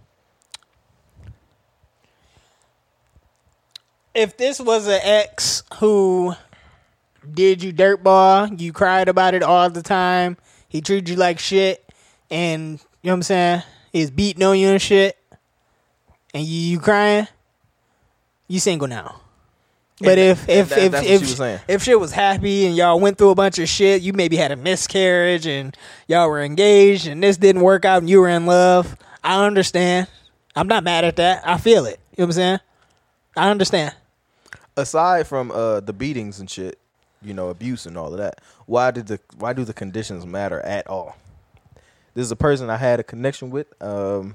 If this was an ex who did you dirtball, you cried about it all the time, he treated you like shit, and you know what I'm saying, he's beating on you and shit, and you, you crying, you single now. But And if that- if that- if that's what she was if, saying. if shit was happy and y'all went through a bunch of shit, you maybe had a miscarriage and y'all were engaged and this didn't work out and you were in love. I understand. I'm not mad at that. I feel it. You know what I'm saying? I understand. aside from uh the beatings and shit you know abuse and all of that why did the why do the conditions matter at all this is a person i had a connection with um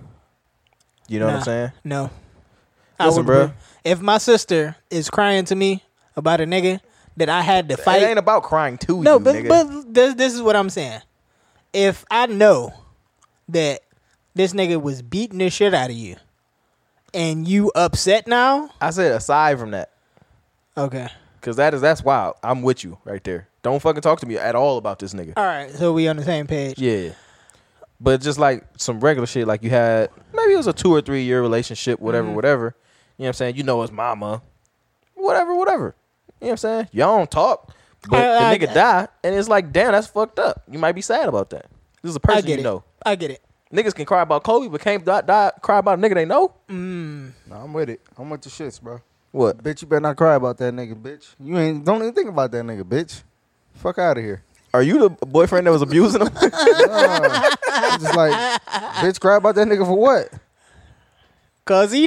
you know what Nah. i'm saying No. Listen, wouldn't bro. be- If my sister is crying to me about a nigga that I had to fight, it ain't about crying to no, you but nigga. but this this is what I'm saying. If I know that this nigga was beating the shit out of you, and you upset now, i said aside from that okay, because that is that's wild i'm with you right there don't fucking talk to me at all about this nigga all right, so we on the same page. Yeah. But just like some regular shit, like you had maybe it was a two or three year relationship, whatever, Mm-hmm. whatever. You know what I'm saying? You know it's mama. Whatever, whatever. You know what I'm saying? Y'all don't talk. But I- I- the nigga died, and it's like, damn, that's fucked up. You might be sad about that. This is a I person get you it. know. I get it. Niggas can cry about Kobe, but can't die, die, cry about a nigga they know. No, I'm with it. I'm with the shits, bro. What? Bitch, you better not cry about that nigga, bitch. You ain't don't even think about that nigga, bitch. Fuck out of here. Are you the boyfriend that was abusing him? I'm just like, bitch, cry about that nigga for what? Cause he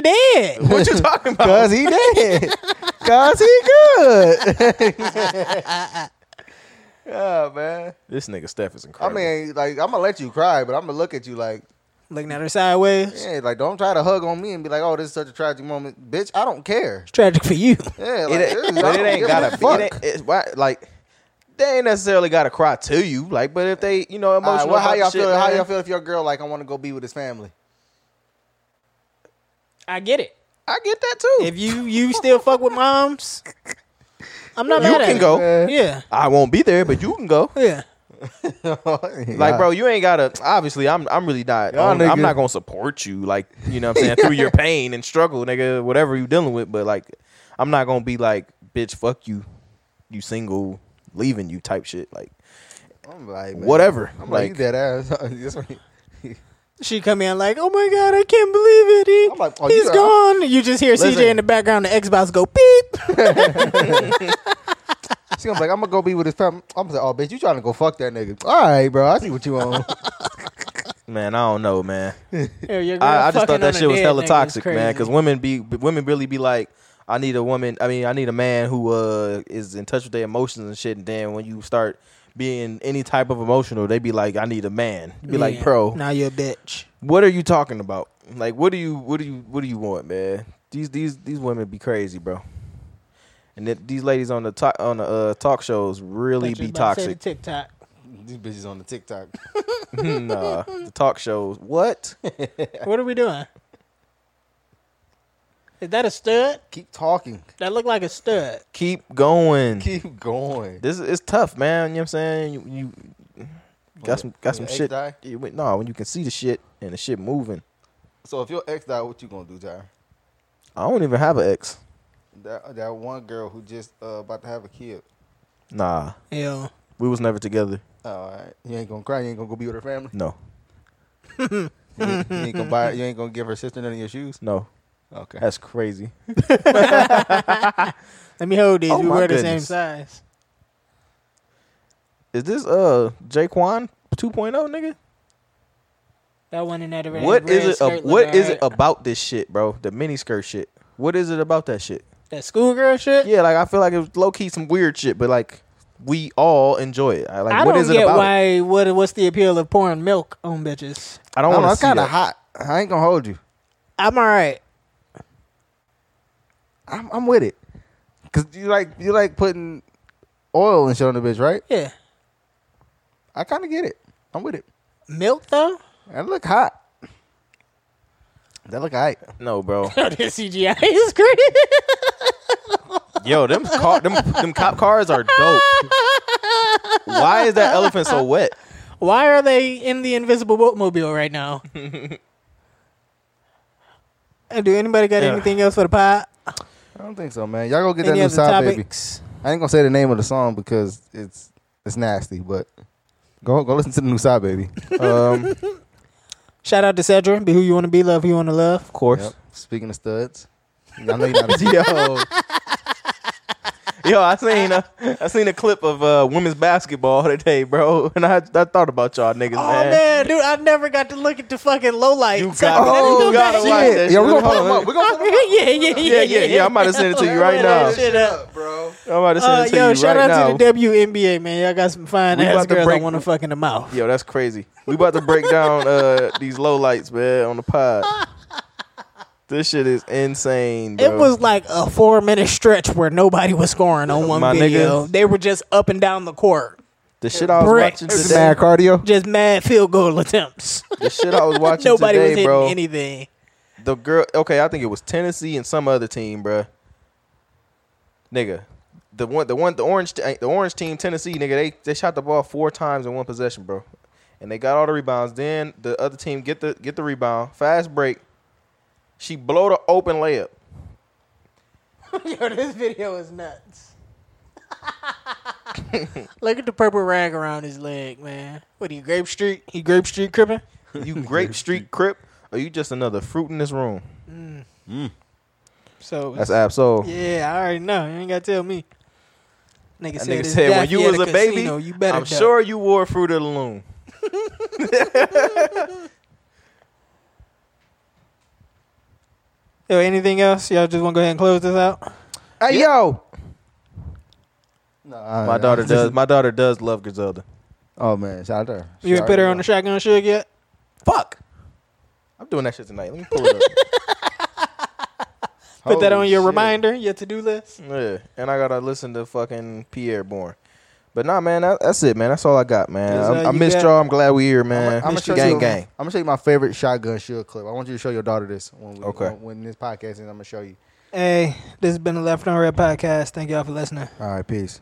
dead. what you talking about? Cause he dead. Cause he good. Yeah, man. This nigga Steph is I incredible. mean, like I'm gonna let you cry, but I'm gonna look at you like, Looking at her sideways. yeah, like don't try to hug on me and be like, oh, this is such a tragic moment, bitch. I don't care. It's tragic for you. Yeah, like, it, this ain't- is- I but it don't ain't give a gotta be. fuck. It ain't, it's, why, like they ain't necessarily gotta cry to you. Like, but if they, you know, All right, emotional. well, how about the y'all shit, feel? How man, y'all feel if your girl like I want to go be with his family? I get it. I get that too. If you you still fuck with moms, I'm not You mad at can it. go. Yeah, I won't be there, but you can go. yeah. Like, bro, you ain't gotta. Obviously, I'm. I'm really not. Y'all I'm, I'm niggas- not gonna support you. Like, you know, what I'm saying through your pain and struggle, nigga, whatever you dealing with. But like, I'm not gonna be like, bitch, fuck you, you single, leaving you type shit. Like, I'm like, man, whatever. I'm like, like, you dead ass. That's what he- She come in like, oh my god, I can't believe it. He, I'm like, oh, he's you- gone. You just hear Listen. CJ in the background. The Xbox go beep. She gonna be like, I'm gonna go be with his family. I'm gonna say, oh, bitch, you trying to go fuck that nigga? All right, bro, I see what you on. man, I don't know, man. Yo, your girl I, I just fucking thought on that a shit was dead hella nigga is toxic, man. crazy. Because women be women really be like, I need a woman. I mean, I need a man who uh is in touch with their emotions and shit. And then when you start being any type of emotional, they be like, I need a man. You be like, Yeah. bro, now you're a bitch. what are you talking about? Like, what do you what do you what do you want, man? These these these women be crazy, bro. And th- these ladies on the to- on the uh, talk shows really Thought you be was about to say toxic. the TikTok. These bitches on the TikTok. nah, the talk shows. What? What are we doing? Is that a stud? Keep talking. That looked like a stud. Keep going. Keep going. This is it's tough, man. You know what I'm saying? You, you got some got some Your ex shit. die? You, wait, no, when you can see the shit and the shit moving. So if your ex died, what you gonna do, Tyre? I don't even have an ex. That, that one girl who just uh, about to have a kid. Nah, Yo, we was never together. Oh, all right. You ain't gonna cry. You ain't gonna go be with her family. No, You ain't, you ain't gonna buy. You ain't gonna give her sister none of your shoes. no, Okay. that's crazy. let me hold these. Oh we my were the same goodness. size. Is this uh Jaquan 2.0 nigga? That one in that red. What red is it? skirt ab- what looking is it alright. about this shit, bro? The mini skirt shit. What is it about that shit? that schoolgirl shit. Yeah, like I feel like it was low key some weird shit, but like we all enjoy it. I, like, I what don't is get it about? why. it? What what's the appeal of pouring milk on bitches? I don't I don't know, want it's to see kind that. of hot. I ain't gonna hold you. I'm all right. I'm, I'm with it. Cause you like you like putting oil and shit on the bitch, right? Yeah, I kind of get it. I'm with it. milk though. That look hot. That look hot. No, bro. this CGI is crazy. Yo, them car, them them cop cars are dope. Why is that elephant so wet? Why are they in the invisible boatmobile right now? Uh, Do anybody got Yeah. anything else for the pod? I don't think so, man. Y'all go get that Any new other side baby. topics? I ain't gonna say the name of the song because it's it's nasty, but go go listen to the new side baby. Um, of Shout out to Cedra. Be who you want to be. Love who you want to love. course. Speaking of studs, I know you're not. A, Yo. Yo, I seen a I seen a clip of uh, women's basketball today, bro, and I I thought about y'all niggas, Oh man. man, dude, I never got to look at the fucking lowlights. You gotta- oh, you gotta shit. watch that shit. Yo, we gonna Hold pull them on. up. We gonna pull them yeah, yeah, Yeah, yeah, yeah, yeah. I'm about to send it to you right now. That shit up. up, bro. I'm about to send Uh, it to yo, you shout right out now. to the WNBA, man. Y'all got some fine We ass about to girls I break- want to fuck in the mouth. Yo, that's crazy. We about to break down uh, these low lights, man, on the pod. This shit is insane, bro. It was like a four minute stretch where nobody was scoring on one My video. nigga. They were just up and down the court, the shit I was bricks. watching It's today. mad cardio. just mad field goal attempts. The shit I was watching nobody today, was hitting bro. anything. The girl, okay, I think it was Tennessee and some other team, bruh. Nigga, the one, the one, the orange, eh, the orange team, Tennessee, nigga, they they shot the ball four times in one possession, bro, and they got all the rebounds. Then the other team get the get the rebound, fast break. She blow the open layup. Yo, this video is nuts. Look at the purple rag around his leg, man. What are you, Grape Street? He Grape Street crippin'? You grape street crip, or you just another fruit in this room? So That's absol. yeah, I already know. You ain't gotta tell me. Nigga That said, nigga it's said when death you at was a baby, casino. you better I'm duck. sure you wore fruit of the loom. Yo, anything else? Y'all just want to go ahead and close this out? Hey yo, Nah, My I- daughter does. My daughter does love Griselda. Oh man, shout out to her. You ain't put her on the shotgun shug yet? Fuck. I'm doing that shit tonight. Let me pull it up. Put that Holy on your shit. reminder, your to do list. yeah, and I gotta listen to fucking Pierre Bourne. But nah, man, that, that's it, man. That's all I got, man. That's all I, I you missed got? y'all. I'm glad we here, I'm, man. gonna show gang, you, gang. I'm gonna show you my favorite shotgun shield clip. I want you to show your daughter this when we, Okay. when, when this podcast is. I'm gonna show you. Hey, this has been the Left on Red podcast. Thank y'all for listening. All right, peace.